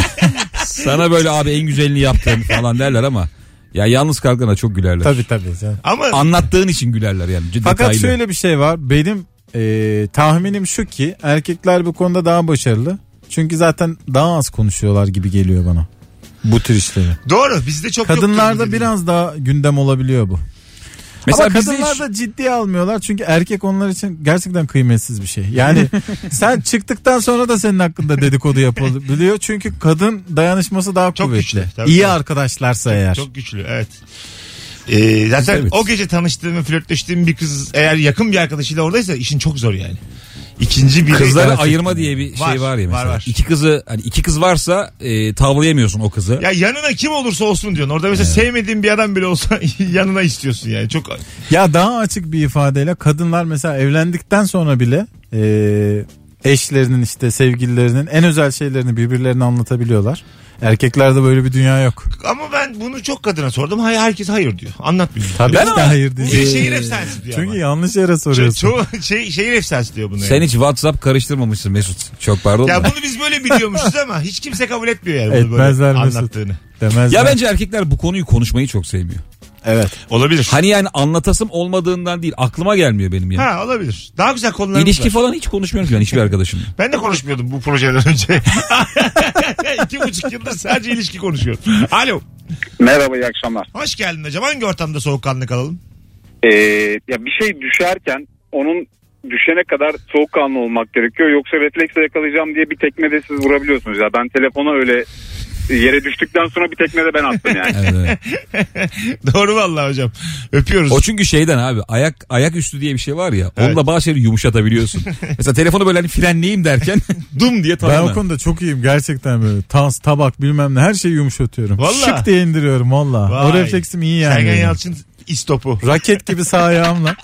Speaker 3: Sana böyle abi en güzelini yaptın falan derler ama ya yalnız kalkana çok gülerler.
Speaker 4: tabii tabii. canım.
Speaker 2: Ama
Speaker 3: Anlattığın için gülerler yani. Detaylı.
Speaker 4: Fakat şöyle bir şey var. Benim e, tahminim şu ki erkekler bu konuda daha başarılı. Çünkü zaten daha az konuşuyorlar gibi geliyor bana. Bu tür işleri.
Speaker 2: Doğru bizde çok yoktur bu
Speaker 4: Kadınlarda
Speaker 2: dediğin.
Speaker 4: biraz daha gündem olabiliyor bu.
Speaker 3: Mesela
Speaker 4: Ama
Speaker 3: bizde hiç-
Speaker 4: kadınlar da ciddiye almıyorlar çünkü erkek onlar için gerçekten kıymetsiz bir şey. Yani sen çıktıktan sonra da senin hakkında dedikodu yapılabiliyor. Çünkü kadın dayanışması daha
Speaker 2: Çok
Speaker 4: kuvvetli.
Speaker 2: güçlü, tabii,
Speaker 4: İyi
Speaker 2: tabii.
Speaker 4: arkadaşlarsa eğer.
Speaker 2: Çok güçlü evet. Ee, zaten
Speaker 3: Evet.
Speaker 2: o gece tanıştığım ve flörtleştiğim bir kız eğer yakın bir arkadaşıyla oradaysa işin çok zor yani. İkinci bir
Speaker 3: Kızları ayırma diye bir
Speaker 2: Var,
Speaker 3: şey var ya
Speaker 2: var,
Speaker 3: mesela.
Speaker 2: var.
Speaker 3: İki kızı hani iki kız varsa e, tavlayamıyorsun o kızı.
Speaker 2: Ya yanına kim olursa olsun diyorsun. Orada mesela sevmediğin bir adam bile olsa yanına istiyorsun yani. Çok
Speaker 4: Ya daha açık bir ifadeyle kadınlar mesela evlendikten sonra bile e, eşlerinin işte sevgililerinin en özel şeylerini birbirlerine anlatabiliyorlar. Erkeklerde böyle bir dünya yok.
Speaker 2: ama ben bunu çok kadına sordum. Hayır herkes hayır diyor. Anlatmıyor.
Speaker 4: Tabii
Speaker 3: Ben
Speaker 4: ki de
Speaker 3: ama-
Speaker 4: hayır
Speaker 2: Bu
Speaker 4: değil.
Speaker 2: bir şehir efsanesi diyor.
Speaker 4: Çünkü
Speaker 2: Çünkü
Speaker 4: yanlış yere soruyorsun.
Speaker 2: Çoğu şey, şehir efsanesi diyor bunu.
Speaker 3: Sen
Speaker 2: yani.
Speaker 3: hiç WhatsApp karıştırmamışsın Mesut. Çok pardon.
Speaker 2: Ya
Speaker 3: da.
Speaker 2: bunu biz böyle biliyormuşuz ama hiç kimse kabul etmiyor yani bunu böyle
Speaker 4: Etmezler Mesut.
Speaker 2: anlattığını.
Speaker 4: Demezler.
Speaker 3: Ya bence erkekler bu konuyu konuşmayı çok sevmiyor.
Speaker 4: Evet.
Speaker 2: Olabilir.
Speaker 3: Hani yani anlatasım olmadığından değil aklıma gelmiyor benim yani.
Speaker 2: Ha olabilir. Daha güzel konular
Speaker 3: İlişki falan hiç konuşmuyorum ki ben hiçbir arkadaşımla.
Speaker 2: Ben de konuşmuyordum bu projeden önce. İki buçuk yıldır sadece ilişki konuşuyorum. Alo.
Speaker 8: Merhaba iyi akşamlar.
Speaker 2: Hoş geldin hocam. Hangi ortamda soğukkanlı kalalım?
Speaker 8: Ee, ya bir şey düşerken onun düşene kadar soğukkanlı olmak gerekiyor. Yoksa refleksle yakalayacağım diye bir tekme de siz vurabiliyorsunuz. Ya ben telefona öyle yere düştükten sonra bir tekme de ben attım yani.
Speaker 3: Evet, evet.
Speaker 2: Doğru vallahi hocam. Öpüyoruz.
Speaker 3: O çünkü şeyden abi ayak ayak üstü diye bir şey var ya.
Speaker 2: Evet.
Speaker 3: Onunla bazı şeyleri yumuşatabiliyorsun. Mesela telefonu böyle hani frenleyeyim derken dum diye
Speaker 4: Ben
Speaker 3: tavana.
Speaker 4: o konuda çok iyiyim gerçekten böyle. Tans, tabak bilmem ne her şeyi yumuşatıyorum.
Speaker 2: Valla.
Speaker 4: Şık diye indiriyorum valla.
Speaker 2: Vay.
Speaker 4: O refleksim iyi yani.
Speaker 2: Sergen Yalçın istopu.
Speaker 4: Raket gibi sağ ayağımla.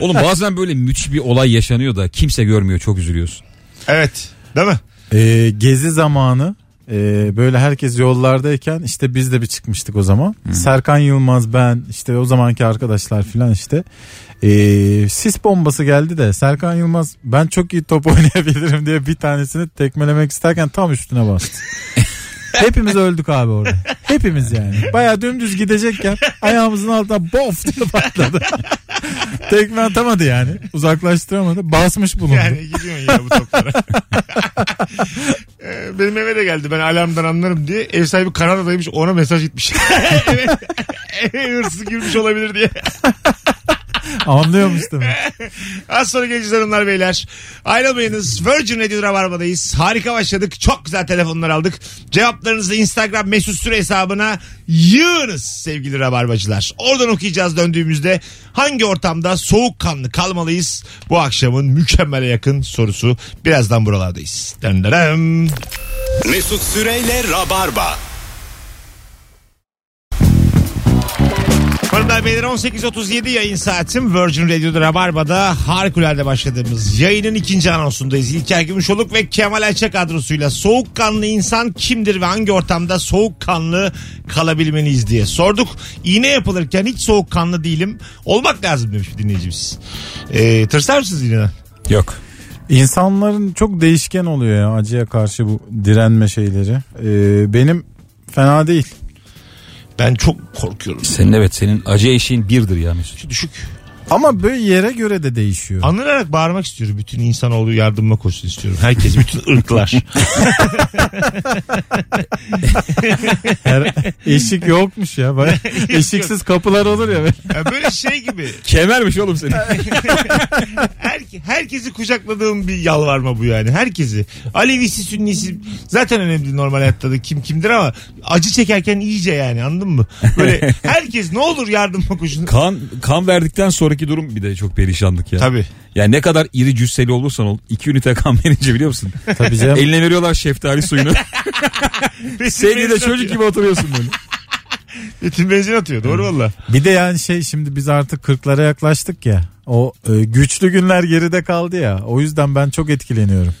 Speaker 3: Oğlum bazen böyle müthiş bir olay yaşanıyor da kimse görmüyor çok üzülüyorsun.
Speaker 2: Evet. Değil mi?
Speaker 4: Ee, gezi zamanı ee, böyle herkes yollardayken işte biz de bir çıkmıştık o zaman. Serkan Yılmaz ben işte o zamanki arkadaşlar filan işte. Ee, sis bombası geldi de Serkan Yılmaz ben çok iyi top oynayabilirim diye bir tanesini tekmelemek isterken tam üstüne bastı. Hepimiz öldük abi orada. Hepimiz yani. Baya dümdüz gidecekken ayağımızın altına bof diye patladı. Tekme atamadı yani. Uzaklaştıramadı. Basmış bulundu.
Speaker 2: Yani gidiyorsun ya bu toplara. Ee, Benim eve de geldi ben alarmdan anlarım diye. Ev sahibi Kanada'daymış ona mesaj gitmiş. eve, eve hırsız girmiş olabilir diye.
Speaker 4: Anlıyormuş demek.
Speaker 2: Az sonra geleceğiz hanımlar beyler. Ayrılmayınız. Virgin Radio Rabarba'dayız. Harika başladık. Çok güzel telefonlar aldık. Cevaplarınızı Instagram mesut süre hesabına yığınız sevgili Rabarbacılar. Oradan okuyacağız döndüğümüzde. Hangi ortamda soğukkanlı kalmalıyız? Bu akşamın mükemmele yakın sorusu. Birazdan buralardayız. Döndürem.
Speaker 1: Mesut Süreyle Rabarba.
Speaker 2: Hanımlar beyler 18.37 yayın saatim Virgin Radio'da Rabarba'da harikulade başladığımız yayının ikinci anonsundayız. İlker Gümüşoluk ve Kemal Ayça kadrosuyla soğukkanlı insan kimdir ve hangi ortamda soğukkanlı kalabilmeliyiz diye sorduk. İğne yapılırken hiç soğukkanlı değilim olmak lazım demiş bir dinleyicimiz. Ee, tırsar mısınız iğneden?
Speaker 3: Yok.
Speaker 4: İnsanların çok değişken oluyor ya acıya karşı bu direnme şeyleri. Ee, benim fena değil.
Speaker 2: Ben çok korkuyorum.
Speaker 3: Senin evet senin acı eşiğin birdir ya Mesut.
Speaker 2: Düşük.
Speaker 4: Ama böyle yere göre de değişiyor.
Speaker 2: Anılarak bağırmak istiyorum. Bütün insanoğlu yardıma koşsun istiyorum. Herkes bütün ırklar.
Speaker 4: Her, eşik yokmuş ya. Baya- Eşiksiz kapılar olur ya. böyle.
Speaker 2: Ya böyle şey gibi.
Speaker 3: Kemermiş oğlum senin.
Speaker 2: Her, herkesi kucakladığım bir yalvarma bu yani. Herkesi. Alevisi, Sünnisi zaten önemli değil normal hayatta da kim kimdir ama acı çekerken iyice yani anladın mı? Böyle herkes ne olur yardıma koşun.
Speaker 3: Kan, kan verdikten sonraki durum bir de çok perişanlık ya.
Speaker 2: Tabii.
Speaker 3: Yani ne kadar iri cüsseli olursan ol. iki ünite kan verince biliyor musun?
Speaker 4: Tabii canım.
Speaker 3: Eline veriyorlar şeftali suyunu.
Speaker 2: Besin
Speaker 3: Seni de
Speaker 2: benzin
Speaker 3: çocuk
Speaker 2: atıyor.
Speaker 3: gibi oturuyorsun böyle.
Speaker 2: Besin benzin atıyor doğru valla.
Speaker 4: Bir de yani şey şimdi biz artık 40'lara yaklaştık ya. O e, güçlü günler geride kaldı ya. O yüzden ben çok etkileniyorum.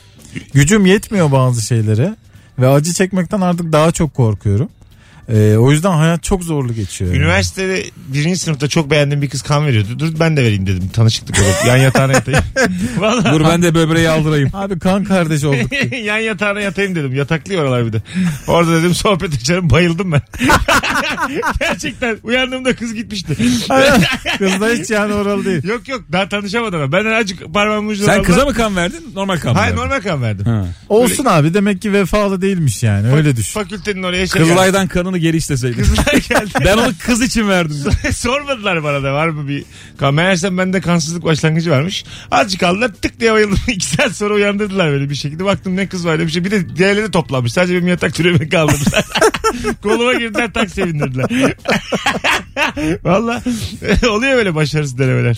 Speaker 4: Gücüm yetmiyor bazı şeylere ve acı çekmekten artık daha çok korkuyorum. E, o yüzden hayat çok zorlu geçiyor. yani.
Speaker 2: Üniversitede birinci sınıfta çok beğendiğim bir kız kan veriyordu. Dur ben de vereyim dedim. Tanışıklık olarak yan yatağına yatayım. valla.
Speaker 3: Dur ben de böbreği aldırayım.
Speaker 4: Abi kan kardeş olduk.
Speaker 2: yan yatağına yatayım dedim. Yataklı oralar bir de. Orada dedim sohbet açarım bayıldım ben. Gerçekten uyandığımda kız gitmişti.
Speaker 4: Kız da hiç yani oralı değil.
Speaker 2: Yok yok daha tanışamadım ben. Ben azıcık parmağımın ucuna
Speaker 3: Sen
Speaker 2: aldım.
Speaker 3: kıza mı kan verdin? Normal kan mı?
Speaker 2: Hayır
Speaker 3: verdin?
Speaker 2: normal kan verdim.
Speaker 3: Ha.
Speaker 4: Olsun abi demek ki vefalı değilmiş yani öyle düşün.
Speaker 2: Fakültenin oraya şey geldi.
Speaker 3: Kızılay'dan kanını geri isteseydin.
Speaker 2: Kızlar geldi.
Speaker 3: ben onu kız için verdim.
Speaker 2: Sormadılar bana da var mı bir kan. Meğersem bende kansızlık başlangıcı varmış. Azıcık aldılar tık diye bayıldım. İki saat sonra uyandırdılar böyle bir şekilde. Baktım ne kız var ne bir şey. Bir de diğerleri toplanmış. Sadece benim yatak türeme kaldırmışlar. Koluma girdiler tak sevindirdiler. Valla oluyor böyle başarısız denemeler.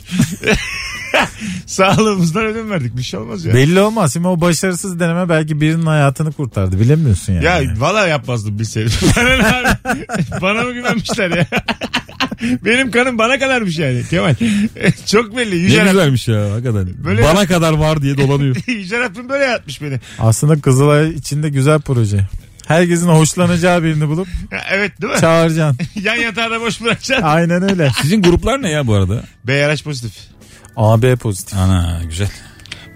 Speaker 2: Sağlığımızdan ödün verdik. Bir şey olmaz ya.
Speaker 4: Belli olmaz. Şimdi o başarısız deneme belki birinin hayatını kurtardı. Bilemiyorsun yani.
Speaker 2: Ya valla yapmazdım bilseydim. Bana, ne abi? bana mı güvenmişler ya? Benim kanım bana kadarmış yani Kemal. Çok belli.
Speaker 3: Ne
Speaker 2: Yüce, Rab-
Speaker 3: güzelmiş ya hakikaten.
Speaker 2: Böyle-
Speaker 3: Bana kadar var diye dolanıyor.
Speaker 2: Yüce Rabbim böyle yapmış beni.
Speaker 4: Aslında Kızılay içinde güzel proje. Herkesin hoşlanacağı birini bulup
Speaker 2: Evet değil mi?
Speaker 4: çağıracaksın.
Speaker 2: Yan yatağı da boş bırakacaksın.
Speaker 4: Aynen öyle.
Speaker 3: Sizin gruplar ne ya bu arada?
Speaker 2: BRH pozitif.
Speaker 4: AB pozitif.
Speaker 3: Ana güzel.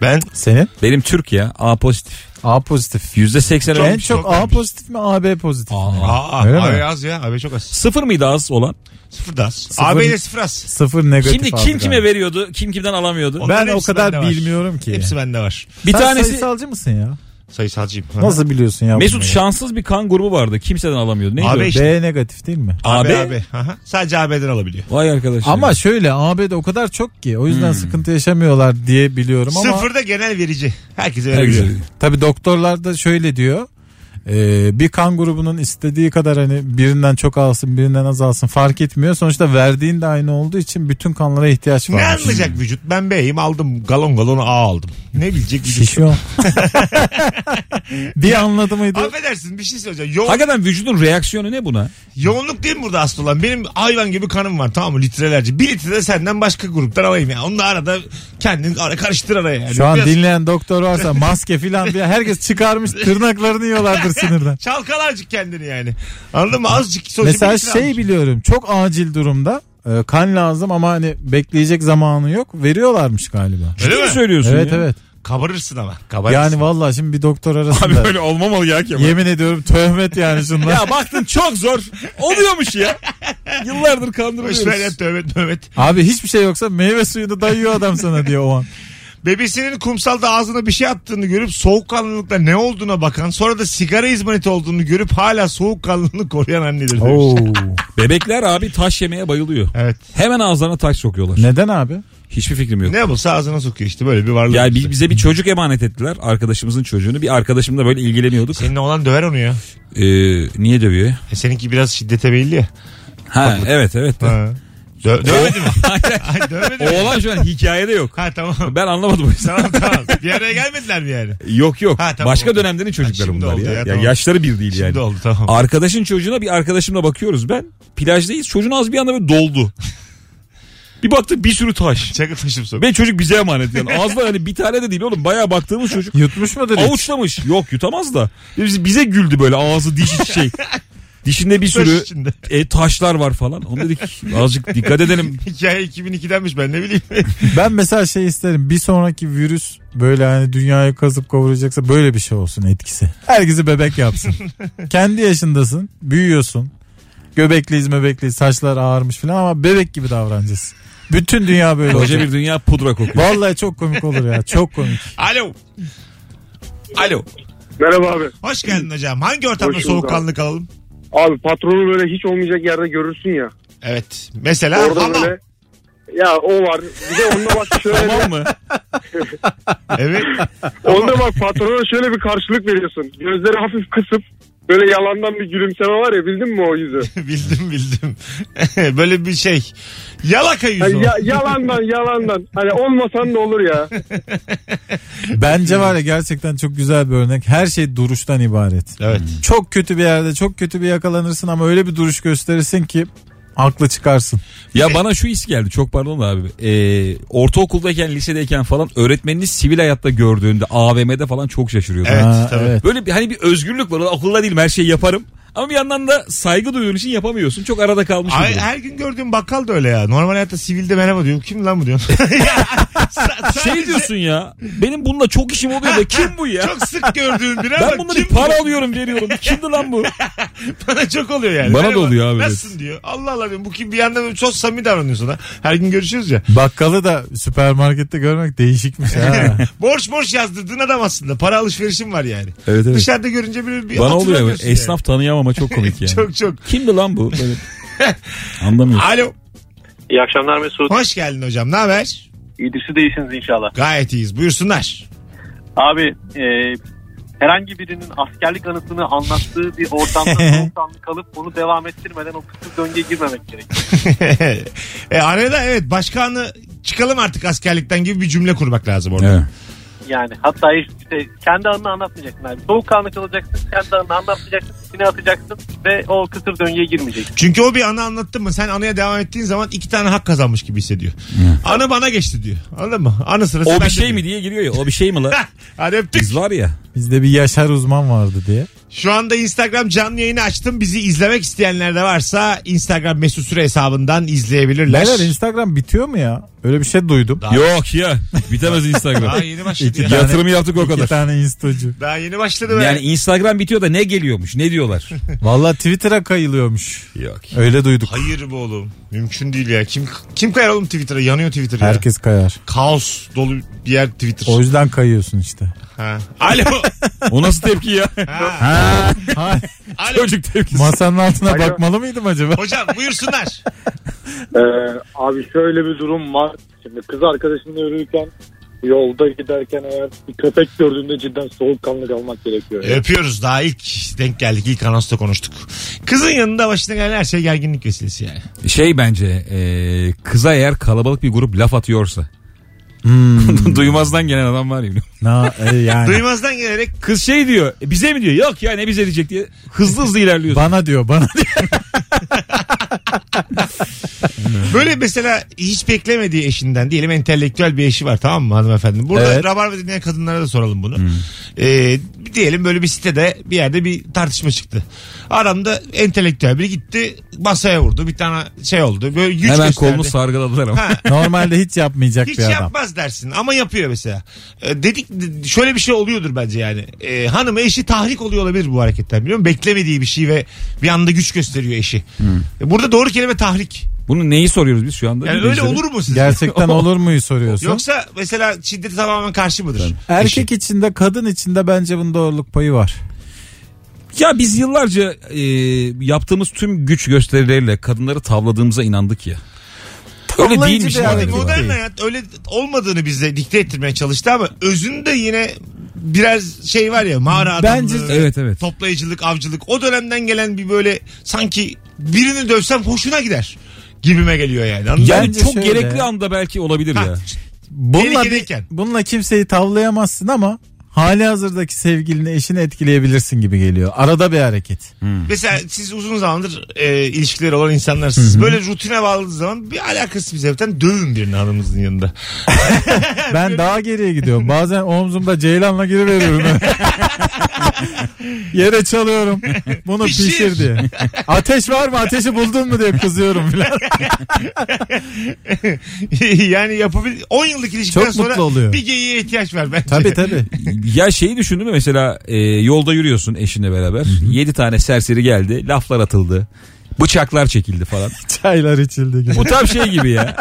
Speaker 2: Ben
Speaker 4: Senin?
Speaker 3: Benim Türk ya. A pozitif.
Speaker 4: A pozitif.
Speaker 3: Yüzde seksen şey.
Speaker 4: en
Speaker 3: olmuş.
Speaker 4: çok
Speaker 2: çok
Speaker 4: A
Speaker 2: olmuş.
Speaker 4: pozitif mi AB pozitif mi?
Speaker 2: Aa,
Speaker 4: Öyle
Speaker 2: AB
Speaker 4: mi?
Speaker 2: az ya. AB çok az.
Speaker 3: Sıfır mıydı az olan?
Speaker 2: Sıfır da az. AB ile sıfır az.
Speaker 4: Sıfır negatif
Speaker 3: Şimdi
Speaker 4: aldı
Speaker 3: kim
Speaker 4: galiba.
Speaker 3: kime veriyordu? Kim kimden alamıyordu?
Speaker 2: Onların
Speaker 4: Ben o
Speaker 2: hepsi bende
Speaker 4: kadar
Speaker 2: var.
Speaker 4: bilmiyorum ki.
Speaker 2: Hepsi bende var.
Speaker 3: Bir
Speaker 4: Sen
Speaker 3: tanesi
Speaker 4: sayısalcı mısın ya?
Speaker 2: Sayısalcıyım.
Speaker 4: Nasıl biliyorsun ya?
Speaker 3: Mesut
Speaker 4: bunları?
Speaker 3: şanssız bir kan grubu vardı. Kimseden alamıyordu. Neydi
Speaker 2: Abi
Speaker 3: o?
Speaker 2: işte.
Speaker 4: B negatif değil mi?
Speaker 2: AB.
Speaker 3: AB.
Speaker 2: AB. Aha. Sadece AB'den alabiliyor.
Speaker 3: Vay arkadaş.
Speaker 2: Şey.
Speaker 3: ya.
Speaker 4: Ama şöyle AB'de o kadar çok ki o yüzden sıkıntı yaşamıyorlar diye biliyorum ama
Speaker 2: Hmm. Sıfır da genel verici. Herkese
Speaker 3: Ne
Speaker 2: verebiliyor.
Speaker 3: güzel.
Speaker 4: tabi doktorlar da şöyle diyor. e, bir kan grubunun istediği kadar hani birinden çok alsın birinden az alsın fark etmiyor. Sonuçta verdiğin de aynı olduğu için bütün kanlara ihtiyaç var.
Speaker 2: Ne anlayacak vücut? Ben B'yim aldım. Galon galonu A aldım. Ne bilecek vücut?
Speaker 4: Şişiyor. bir anladı mıydı?
Speaker 2: Affedersin bir şey söyleyeceğim. Yo-
Speaker 3: Hakikaten vücudun reaksiyonu ne buna?
Speaker 2: yoğunluk değil mi burada asıl olan? Benim hayvan gibi kanım var tamam mı litrelerce. Bir litre de senden başka gruptan alayım ya. Onu da arada kendin ara, karıştır araya. Yani
Speaker 4: Şu an
Speaker 2: Biraz
Speaker 4: dinleyen doktor varsa maske filan diye herkes çıkarmış tırnaklarını yiyorlardır sinirden.
Speaker 2: Çalkala azıcık kendini yani. Anladın mı? Azıcık sonuçta bir
Speaker 4: Mesela
Speaker 2: litre
Speaker 4: şey
Speaker 2: almış.
Speaker 4: biliyorum çok acil durumda e, kan lazım ama hani bekleyecek zamanı yok veriyorlarmış galiba.
Speaker 2: Öyle
Speaker 3: Ne
Speaker 2: mi?
Speaker 3: söylüyorsun
Speaker 4: Evet
Speaker 3: ya?
Speaker 4: evet.
Speaker 2: Kabarırsın ama. Kabarırsın.
Speaker 4: Yani vallahi şimdi bir doktor arasında.
Speaker 3: Böyle olmamalı ya Kemal.
Speaker 4: yemin ediyorum töhmet yani şunlar.
Speaker 3: Ya baktın çok zor. Oluyormuş ya. Yıllardır
Speaker 2: Boş ver ya
Speaker 3: kandırılıyoruz.
Speaker 2: tövbe tövbe.
Speaker 4: Abi hiçbir şey yoksa meyve suyunu dayıyor adam sana diyor o an.
Speaker 2: Bebesinin kumsalda ağzına bir şey attığını görüp soğukkanlılıkla ne olduğuna bakan sonra da sigara izmariti olduğunu görüp hala soğukkanlılığını koruyan annedir demiş.
Speaker 3: Bebekler abi taş yemeye bayılıyor.
Speaker 2: Evet.
Speaker 3: Hemen ağızlarına taş sokuyorlar.
Speaker 4: Neden abi?
Speaker 3: Hiçbir fikrim yok.
Speaker 2: Ne bulsa ağzına sokuyor işte böyle bir varlık.
Speaker 3: Ya
Speaker 2: işte.
Speaker 3: bi- bize bir çocuk emanet ettiler. Arkadaşımızın çocuğunu. Bir arkadaşımla böyle ilgileniyorduk.
Speaker 2: Senin olan döver onu ya.
Speaker 3: Ee, niye dövüyor?
Speaker 2: E seninki biraz şiddete meyilli ya.
Speaker 3: Ha, evet evet.
Speaker 2: Ha. Dö- dövmedi mi? Ay, dövmedi mi?
Speaker 3: Oğlan şu an hikayede yok.
Speaker 2: Ha tamam.
Speaker 3: Ben anlamadım. o yüzden.
Speaker 2: tamam tamam. Bir araya gelmediler mi yani?
Speaker 3: Yok yok.
Speaker 2: Ha, tamam.
Speaker 3: Başka dönemlerin çocukları
Speaker 2: Ha, şimdi
Speaker 3: bunlar
Speaker 2: oldu
Speaker 3: ya.
Speaker 2: ya,
Speaker 3: Ya
Speaker 2: tamam.
Speaker 3: yaşları bir değil
Speaker 2: Şimdi
Speaker 3: yani.
Speaker 2: oldu tamam.
Speaker 3: Arkadaşın çocuğuna bir arkadaşımla bakıyoruz ben. Plajdayız. Çocuğun az bir anda böyle doldu. bir baktık bir sürü taş.
Speaker 2: Çakı taşım sok.
Speaker 3: Ve çocuk bize emanet yani. Ağızda hani bir tane de değil oğlum. Bayağı baktığımız çocuk
Speaker 4: Yutmuş mudur? hiç?
Speaker 3: avuçlamış. Yok yutamaz da. Biz- Bize güldü böyle ağzı dişi şey. Dişinde bir
Speaker 2: Taş
Speaker 3: sürü
Speaker 2: içinde.
Speaker 3: e, taşlar var falan. Onu dedik azıcık dikkat edelim.
Speaker 2: Hikaye 2002'denmiş ben ne bileyim.
Speaker 4: Ben mesela şey isterim. Bir sonraki virüs böyle hani dünyayı kazıp kavuracaksa böyle bir şey olsun etkisi. Herkesi bebek yapsın. Kendi yaşındasın. Büyüyorsun. Göbekliyiz mebekliyiz. Saçlar ağarmış falan ama bebek gibi davranacağız. Bütün dünya böyle
Speaker 3: Koca
Speaker 4: olacak.
Speaker 3: bir dünya pudra kokuyor.
Speaker 4: Vallahi çok komik olur ya. Çok komik.
Speaker 2: Alo. Alo.
Speaker 5: Merhaba abi.
Speaker 2: Hoş geldin hocam. Hangi ortamda
Speaker 5: Hoş bulduk
Speaker 2: soğukkanlı kalalım?
Speaker 5: Abi patronu böyle hiç olmayacak yerde görürsün ya.
Speaker 2: Evet. Mesela
Speaker 5: Orada
Speaker 2: hamam.
Speaker 5: böyle ya o var. Bir de onda bak şöyle
Speaker 3: Tamam mı?
Speaker 2: Evet.
Speaker 5: onda bak patrona şöyle bir karşılık veriyorsun. Gözleri hafif kısıp böyle yalandan bir gülümseme var ya bildin mi o yüzü?
Speaker 2: bildim bildim. böyle bir şey. Yalaka yüzü.
Speaker 5: Hani
Speaker 2: o.
Speaker 5: ya, yalandan yalandan. Hani olmasan da olur ya.
Speaker 4: Bence var ya gerçekten çok güzel bir örnek. Her şey duruştan ibaret.
Speaker 2: Evet.
Speaker 4: Çok kötü bir yerde çok kötü bir yakalanırsın ama öyle bir duruş gösterirsin ki haklı çıkarsın.
Speaker 3: Ya bana şu his geldi çok pardon da abi. Ee, ortaokuldayken lisedeyken falan öğretmeniniz sivil hayatta gördüğünde AVM'de falan çok şaşırıyordu.
Speaker 2: Evet,
Speaker 4: Ha,
Speaker 2: tabii.
Speaker 4: evet.
Speaker 3: Böyle bir, hani bir özgürlük var. Ulan Okulda değilim her şeyi yaparım. Ama bir yandan da saygı duyduğun için yapamıyorsun. Çok arada kalmış. bir
Speaker 2: Ay,
Speaker 3: durum.
Speaker 2: her gün gördüğüm bakkal da öyle ya. Normal hayatta sivilde merhaba diyor. Kim lan bu diyor. Ya, sa- sadece
Speaker 3: Şey diyorsun ya. Benim bununla çok işim oluyor da kim bu ya?
Speaker 2: Çok sık gördüğüm biri ama
Speaker 3: ben bununla bir
Speaker 2: kim bu?
Speaker 3: para alıyorum veriyorum. Kimdi lan bu?
Speaker 2: Bana çok oluyor yani.
Speaker 3: Bana da oluyor abi,
Speaker 2: Nasılsın diyor. Allah Allah diyorum. Bu kim bir yandan böyle çok samimi davranıyorsun ha. Her gün görüşüyoruz ya.
Speaker 4: Bakkalı da süpermarkette görmek değişikmiş ha.
Speaker 2: Borç borç yazdırdığın adam aslında. Para alışverişim var yani.
Speaker 3: Evet evet.
Speaker 2: Dışarıda görünce bir, bir
Speaker 3: Bana oluyor.
Speaker 2: hatırlamıyorsun yani.
Speaker 3: Esnaf tanıyamama çok komik yani.
Speaker 2: Çok çok.
Speaker 3: Kimdi lan bu? Böyle. Anlamıyorum.
Speaker 2: Alo.
Speaker 7: İyi akşamlar Mesut.
Speaker 2: Hoş geldin hocam. Ne haber?
Speaker 7: İyisi değilsiniz inşallah.
Speaker 2: Gayet iyiyiz. Buyursunlar.
Speaker 7: Abi e, herhangi birinin askerlik anısını anlattığı bir ortamda soğukkanlı kalıp bunu devam ettirmeden o kısır döngüye girmemek gerek.
Speaker 2: e, arada evet başkanı çıkalım artık askerlikten gibi bir cümle kurmak lazım orada.
Speaker 3: Evet.
Speaker 7: Yani hatta işte kendi anını anlatmayacaksın abi. Soğukkanlı kalacaksın, kendi anını anlatmayacaksın, içine atacaksın ve o kısır döngüye girmeyeceksin.
Speaker 2: Çünkü o bir ana anlattın mı sen anaya devam ettiğin zaman iki tane hak kazanmış gibi hissediyor. Ana bana geçti diyor. Anladın mı? Ana sırası
Speaker 3: O
Speaker 2: bende
Speaker 3: bir şey mi
Speaker 2: diyor.
Speaker 3: diye giriyor ya. O bir şey mi lan?
Speaker 2: Hadi öptük.
Speaker 3: Biz var ya.
Speaker 4: Bizde bir Yaşar uzman vardı diye.
Speaker 2: Şu anda Instagram canlı yayını açtım. Bizi izlemek isteyenler de varsa Instagram mesut süre hesabından izleyebilirler.
Speaker 4: Beyler Instagram bitiyor mu ya? Öyle bir şey duydum.
Speaker 2: Daha-
Speaker 3: Yok ya. Bitemez
Speaker 2: Daha
Speaker 3: Instagram.
Speaker 2: yeni başladı.
Speaker 4: İki
Speaker 2: ya.
Speaker 4: tane-
Speaker 3: Yatırımı yaptık o
Speaker 4: İki
Speaker 3: kadar.
Speaker 4: tane instocu.
Speaker 2: Daha yeni başladı. be.
Speaker 3: Yani Instagram bitiyor da ne geliyormuş? Ne diyorlar?
Speaker 4: Valla Twitter'a kayılıyormuş.
Speaker 3: Yok.
Speaker 4: Öyle duyduk.
Speaker 2: Hayır bu oğlum. Mümkün değil ya. Kim kim kayar oğlum Twitter'a? Yanıyor Twitter ya.
Speaker 4: Herkes kayar.
Speaker 2: Kaos dolu bir yer Twitter.
Speaker 4: O yüzden kayıyorsun işte.
Speaker 2: Ha. Alo.
Speaker 3: O nasıl tepki ya?
Speaker 2: Hani
Speaker 4: Ha,
Speaker 2: Alo.
Speaker 3: Çocuk tepkisi.
Speaker 4: Masanın altına bakmalı mıydım acaba?
Speaker 2: Hocam buyursunlar.
Speaker 5: Ee, abi şöyle bir durum var. Şimdi kız arkadaşınla yürürken yolda giderken eğer bir köpek gördüğünde cidden soğukkanlı kalmak gerekiyor.
Speaker 2: Öpüyoruz daha ilk denk geldik. ilk anonsta konuştuk. Kızın yanında başına gelen her şey gerginlik vesilesi yani.
Speaker 3: Şey bence e, kıza eğer kalabalık bir grup laf atıyorsa. Hmm. Duymazdan gelen adam var ya.
Speaker 4: Na, e, yani.
Speaker 2: Duymazdan gelerek
Speaker 3: Kız şey diyor "E, bize mi diyor yok ya ne bize diyecek diye hızlı hızlı ilerliyor.
Speaker 4: Bana diyor bana diyor.
Speaker 2: Böyle mesela hiç beklemediği eşinden diyelim entelektüel bir eşi var tamam mı hanımefendi? Burada
Speaker 6: Evet.
Speaker 2: Rabarba dinleyen kadınlara da soralım bunu. Ee, diyelim böyle bir sitede bir yerde bir tartışma çıktı. Aramda entelektüel biri gitti masaya vurdu. Bir tane şey oldu. Böyle güç
Speaker 3: Hemen
Speaker 2: gösterdi.
Speaker 3: kolunu sargıladılar ama.
Speaker 2: Ha,
Speaker 4: Normalde hiç yapmayacak
Speaker 2: hiç
Speaker 4: bir adam.
Speaker 2: yapmaz dersin ama yapıyor mesela. Ee, dedik şöyle bir şey oluyordur bence yani. Ee, hanımı eşi tahrik oluyor olabilir bu hareketten biliyor musun? Beklemediği bir şey ve bir anda güç gösteriyor eşi. Ee, Burada doğru kelime tahrik.
Speaker 3: Bunu neyi soruyoruz biz şu anda?
Speaker 2: Yani öyle
Speaker 3: Dinleyicilere.
Speaker 2: olur mu sizce?
Speaker 4: Gerçekten olur muyu soruyorsun.
Speaker 2: Yoksa mesela şiddeti tamamen karşı mıdır? Eşi.
Speaker 4: Erkek içinde kadın içinde bence bunun doğruluk payı var.
Speaker 3: Ya biz yıllarca e, yaptığımız tüm güç gösterileriyle kadınları tavladığımıza inandık ya. Öyle
Speaker 4: Tavlayıcı
Speaker 3: değilmiş
Speaker 4: bir
Speaker 3: yani.
Speaker 4: hareket.
Speaker 2: Modern
Speaker 4: Değil.
Speaker 2: hayat öyle olmadığını bize dikte ettirmeye çalıştı ama özünde yine biraz şey var ya mağara
Speaker 4: Bence-
Speaker 2: adamlığı,
Speaker 3: Evet evet.
Speaker 2: toplayıcılık, avcılık o dönemden gelen bir böyle sanki birini dövsem hoşuna gider gibime geliyor yani. Anladın
Speaker 3: Yani
Speaker 2: mı?
Speaker 4: Bence
Speaker 3: çok
Speaker 4: şöyle.
Speaker 3: gerekli anda belki olabilir
Speaker 2: Ha,
Speaker 3: ya.
Speaker 4: Bununla,
Speaker 2: Tehlikedeyken.
Speaker 4: bununla kimseyi tavlayamazsın ama hali hazırdaki sevgilini eşini etkileyebilirsin gibi geliyor. Arada bir hareket.
Speaker 2: Mesela siz uzun zamandır e, ilişkileri olan insanlarsınız. Böyle rutine bağladığınız zaman bir alakasız bir sebepten dövün birini hanımınızın yanında.
Speaker 4: Ben daha geriye gidiyorum. Bazen omzumda ceylanla geri veriyorum. Yere çalıyorum. Bunu
Speaker 2: Pişir.
Speaker 4: pişir diye. Ateş var mı? Ateşi buldun mu diye kızıyorum falan.
Speaker 2: yani yapabil 10 yıllık ilişkiden
Speaker 4: Çok
Speaker 2: sonra
Speaker 4: mutlu oluyor.
Speaker 2: bir geyiğe ihtiyaç var bence.
Speaker 4: Tabii tabii.
Speaker 3: ya şeyi düşündün mü mesela e, yolda yürüyorsun eşinle beraber. 7 tane serseri geldi. Laflar atıldı. Bıçaklar çekildi falan.
Speaker 4: Çaylar içildi gibi.
Speaker 3: Bu tam şey gibi ya.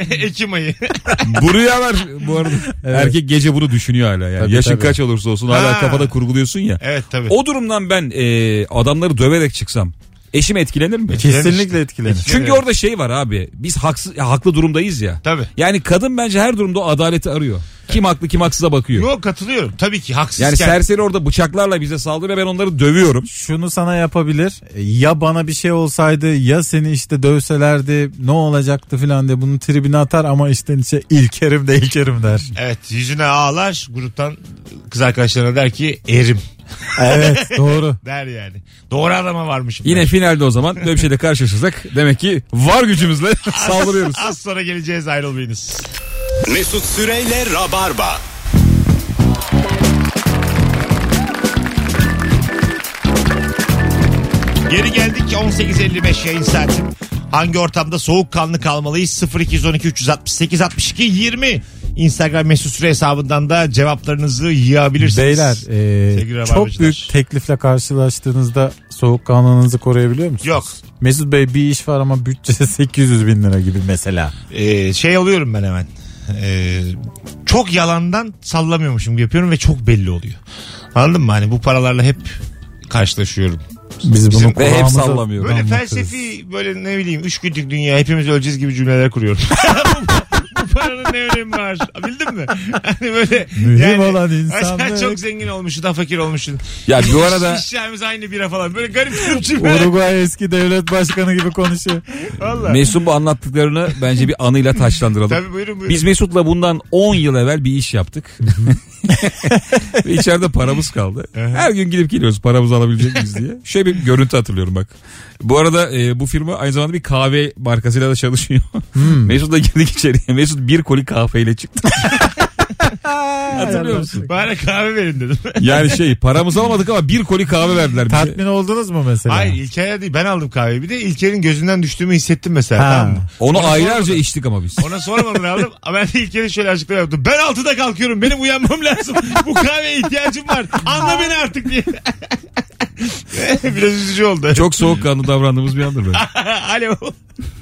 Speaker 2: Ekim ayı.
Speaker 3: bu rüyalar bu arada. Erkek gece bunu düşünüyor hala yani.
Speaker 4: Tabii,
Speaker 3: Yaşın
Speaker 4: tabii.
Speaker 3: kaç olursa olsun hala
Speaker 2: Ha.
Speaker 3: kafada kurguluyorsun ya.
Speaker 2: Evet tabii.
Speaker 3: O durumdan ben e, adamları döverek çıksam eşim etkilenir mi?
Speaker 4: Kesinlikle etkilenir.
Speaker 3: Çünkü orada şey var abi. Biz haksız, haklı durumdayız ya.
Speaker 2: Tabii.
Speaker 3: Yani kadın bence her durumda o adaleti arıyor. Kim haklı kim haksıza bakıyor.
Speaker 2: Yok katılıyorum. Tabii ki haksız.
Speaker 3: yani serseri orada bıçaklarla bize saldırıyor ve ben onları dövüyorum.
Speaker 4: Şunu sana yapabilir. E, Ya bana bir şey olsaydı ya seni işte dövselerdi ne olacaktı filan diye bunu tribine atar ama içten içe ilkerim de ilkerim der.
Speaker 2: Evet yüzüne ağlar gruptan kız arkadaşlarına der ki erim
Speaker 4: Evet doğru.
Speaker 2: der yani. Doğru adama varmışım.
Speaker 3: Yine
Speaker 2: der.
Speaker 3: finalde o zaman böyle bir şeyle karşılaşırsak demek ki var gücümüzle saldırıyoruz.
Speaker 2: Az sonra geleceğiz ayrılmayınız.
Speaker 1: Mesut Süreyle Rabarba.
Speaker 2: Geri geldik 18.55 yayın saati. Hangi ortamda soğukkanlı kalmalıyız? 0212 368 62 20 Instagram mesut süre hesabından da cevaplarınızı yığabilirsiniz.
Speaker 4: Beyler e,
Speaker 2: Sevgili
Speaker 4: çok
Speaker 2: rabarbacılar.
Speaker 4: büyük teklifle karşılaştığınızda soğukkanlığınızı koruyabiliyor musunuz?
Speaker 2: Yok.
Speaker 4: Mesut Bey bir iş var ama bütçesi 800 bin lira gibi mesela.
Speaker 2: Ee, şey oluyorum ben hemen. Ee, çok yalandan sallamıyormuşum gibi yapıyorum ve çok belli oluyor. Anladın mı? Hani bu paralarla hep karşılaşıyorum.
Speaker 4: Biz
Speaker 2: Bizim-
Speaker 4: bunu
Speaker 2: Ve
Speaker 3: hep
Speaker 4: kulağımıza
Speaker 3: sallamıyor.
Speaker 2: Böyle
Speaker 4: damlatırız.
Speaker 2: felsefi böyle ne bileyim üç günlük dünya hepimiz öleceğiz gibi cümleler kuruyorum. bu, bu paranın ne önemi var? Bildin mi? Hani böyle
Speaker 4: Mühim olan insanlık.
Speaker 2: Çok zengin olmuşsun, daha fakir olmuşsun.
Speaker 3: Ya bu arada
Speaker 2: İşçimiz aynı bira falan. Böyle garip garip cümleler.
Speaker 4: Uruguay eski devlet başkanı gibi konuşuyor.
Speaker 2: Valla.
Speaker 3: Mesut'un bu anlattıklarını bence bir anıyla taşlandıralım.
Speaker 2: Tabii buyurun buyurun.
Speaker 3: Biz Mesut'la bundan 10 yıl evvel bir iş yaptık. Ve içeride paramız kaldı. Her gün gidip geliyoruz paramızı alabilecek miyiz diye. Şöyle bir görüntü hatırlıyorum bak. Bu arada e, bu firma aynı zamanda bir kahve markasıyla da çalışıyor. Mesut da girdik içeriye. Mesut bir koli kahveyle çıktı. Hatırlıyor musun?
Speaker 2: Bana kahve verin dedim.
Speaker 3: Yani şey paramızı alamadık ama bir koli kahve verdiler bize.
Speaker 4: Tatmin oldunuz mu mesela?
Speaker 2: Hayır İlker'e değil ben aldım kahveyi. Bir de İlker'in gözünden düştüğümü hissettim mesela.
Speaker 4: Ha.
Speaker 2: Tamam mı?
Speaker 3: Onu aylarca içtik ama biz.
Speaker 2: Ona sormadan aldım. Ama Ben de İlker'e şöyle açıklama yaptım. Ben altıda kalkıyorum. Benim uyanmam lazım. Bu kahveye ihtiyacım var. Anla beni artık diye. Biraz üzücü oldu.
Speaker 3: Çok soğukkanlı davrandığımız bir andır böyle.
Speaker 2: Alo.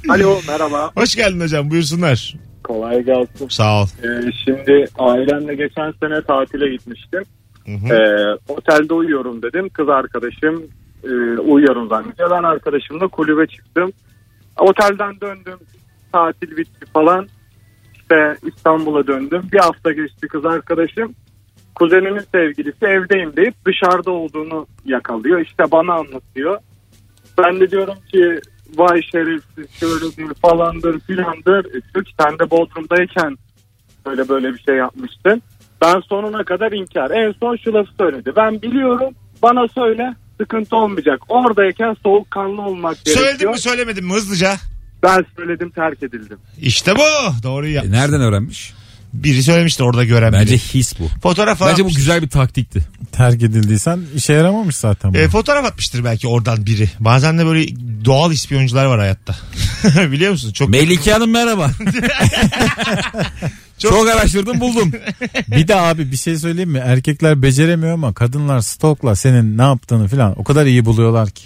Speaker 5: Alo merhaba.
Speaker 2: Hoş geldin hocam. Buyursunlar.
Speaker 5: Kolay gelsin.
Speaker 2: Sağ ol.
Speaker 5: Ee, şimdi ailemle geçen sene tatile gitmiştim.
Speaker 2: Hı hı.
Speaker 5: Ee, otelde uyuyorum dedim. Kız arkadaşım e, uyuyorum zannediyor. Ben arkadaşımla kulübe çıktım. Otelden döndüm. Tatil bitti falan. İşte İstanbul'a döndüm. Bir hafta geçti kız arkadaşım. Kuzenimin sevgilisi evdeyim deyip dışarıda olduğunu yakalıyor. İşte bana anlatıyor. Ben de diyorum ki vay şerefsiz şöyledir falandır filandır. E, diyor ki, sen de Bodrum'dayken böyle böyle bir şey yapmıştın. Ben sonuna kadar inkar. En son şu lafı söyledi. Ben biliyorum bana söyle sıkıntı olmayacak. Oradayken soğukkanlı olmak
Speaker 2: Söyledim
Speaker 5: gerekiyor.
Speaker 2: mi söylemedim mi hızlıca?
Speaker 9: Ben söyledim terk edildim.
Speaker 2: İşte bu. Doğru ya.
Speaker 3: E, nereden öğrenmiş?
Speaker 2: Biri söylemişti orada gören
Speaker 3: Bence
Speaker 2: biri.
Speaker 3: his bu.
Speaker 2: Fotoğraf
Speaker 3: Bence bu
Speaker 2: atmış.
Speaker 3: güzel bir taktikti.
Speaker 4: Terk edildiysen işe yaramamış zaten. bu.
Speaker 2: E, fotoğraf atmıştır belki oradan biri. Bazen de böyle doğal ispiyoncular var hayatta. Biliyor musun? Çok
Speaker 3: Melike Hanım merhaba. Çok, araştırdım buldum.
Speaker 4: bir de abi bir şey söyleyeyim mi? Erkekler beceremiyor ama kadınlar stokla senin ne yaptığını falan o kadar iyi buluyorlar ki.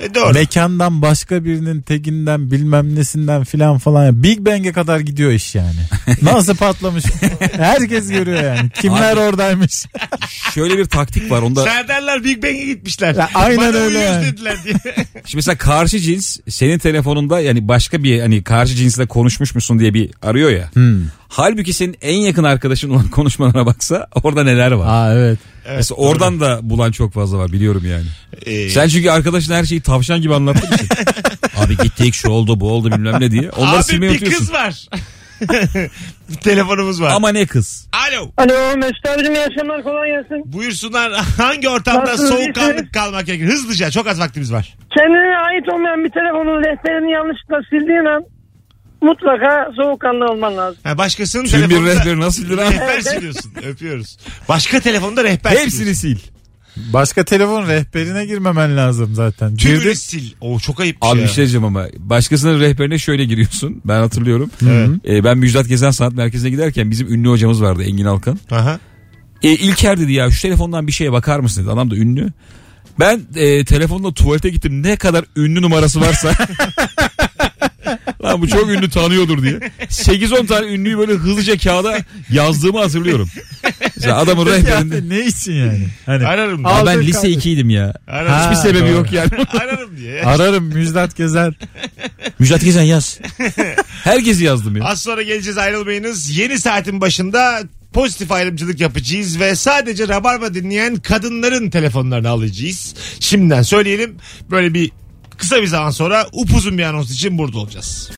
Speaker 2: E, doğru.
Speaker 4: Mekandan başka birinin teginden bilmem nesinden filan falan. Big Bang'e kadar gidiyor iş yani. Nasıl patlamış? Herkes görüyor yani. Kimler
Speaker 3: Abi-
Speaker 4: oradaymış?
Speaker 3: Şöyle bir taktik var onda.
Speaker 2: Serdarlar Big Bang'e gitmişler.
Speaker 4: Ya, aynen
Speaker 2: Bana
Speaker 4: öyle
Speaker 2: uyuz
Speaker 4: yani.
Speaker 2: dediler diye.
Speaker 3: Şimdi mesela karşı cins senin telefonunda yani başka bir hani karşı cinsle konuşmuş musun diye bir arıyor ya. Halbuki senin en yakın arkadaşın olan konuşmalarına baksa orada neler var.
Speaker 4: Aa evet.
Speaker 3: Mesela oradan da bulan çok fazla var biliyorum yani.
Speaker 2: E,
Speaker 3: Sen çünkü arkadaşına her şeyi tavşan gibi anlattın için. Abi gittik şu oldu bu oldu bilmem ne diye. Onları
Speaker 2: Abi
Speaker 3: silmeyi
Speaker 2: bir
Speaker 3: unutuyorsun.
Speaker 2: kız var. Bir telefonumuz var.
Speaker 3: Ama ne kız?
Speaker 2: Alo.
Speaker 7: Alo Mesut abicim iyi akşamlar kolay gelsin.
Speaker 2: Buyursunlar hangi ortamda
Speaker 7: Nasılsınız,
Speaker 2: soğukkanlı
Speaker 7: iyisiniz?
Speaker 2: kalmak gerekir? Hızlıca çok az vaktimiz var.
Speaker 7: Kendine ait olmayan bir telefonun rehberini yanlışlıkla sildiğin an mutlaka soğukkanlı olman lazım.
Speaker 2: Ha, başkasının
Speaker 3: Tüm bir
Speaker 2: telefonunda
Speaker 3: rehberi nasıl bilir abi?
Speaker 2: rehber siliyorsun. Öpüyoruz. Başka telefonda rehber siliyorsun.
Speaker 3: Hepsini sil.
Speaker 4: Başka telefon rehberine girmemen lazım zaten.
Speaker 2: Tümünü
Speaker 4: Girdin.
Speaker 2: sil. Oo, çok ayıp
Speaker 3: Abi
Speaker 2: ya.
Speaker 3: bir şey diyeceğim ama başkasının rehberine şöyle giriyorsun. Ben hatırlıyorum.
Speaker 2: Evet.
Speaker 3: Ee, ben Müjdat Gezen Sanat Merkezi'ne giderken bizim ünlü hocamız vardı Engin Alkan.
Speaker 2: Aha.
Speaker 3: E, İlker dedi ya şu telefondan bir şeye bakar mısın dedi. Adam da ünlü. Ben e, telefonla tuvalete gittim. Ne kadar ünlü numarası varsa. Lan bu çok ünlü tanıyordur diye. 8-10 tane ünlüyü böyle hızlıca kağıda yazdığımı hatırlıyorum. Mesela adamın rehberinde.
Speaker 4: Yani ne için yani? Hani
Speaker 2: Ararım.
Speaker 3: Ya
Speaker 4: Al-
Speaker 3: ben
Speaker 4: Aldın
Speaker 3: lise
Speaker 4: kardeşim.
Speaker 3: 2'ydim ya.
Speaker 2: Ararım.
Speaker 4: Ha,
Speaker 3: Hiçbir sebebi
Speaker 4: doğru.
Speaker 3: yok yani.
Speaker 2: Ararım diye. ya.
Speaker 4: ararım Müjdat Gezer.
Speaker 3: Müjdat Gezen yaz. Herkesi yazdım ya.
Speaker 2: Az sonra geleceğiz ayrılmayınız. Yeni saatin başında pozitif ayrımcılık yapacağız ve sadece Rabarba dinleyen kadınların telefonlarını alacağız. Şimdiden söyleyelim böyle bir kısa bir zaman sonra upuzun bir anons için burada olacağız.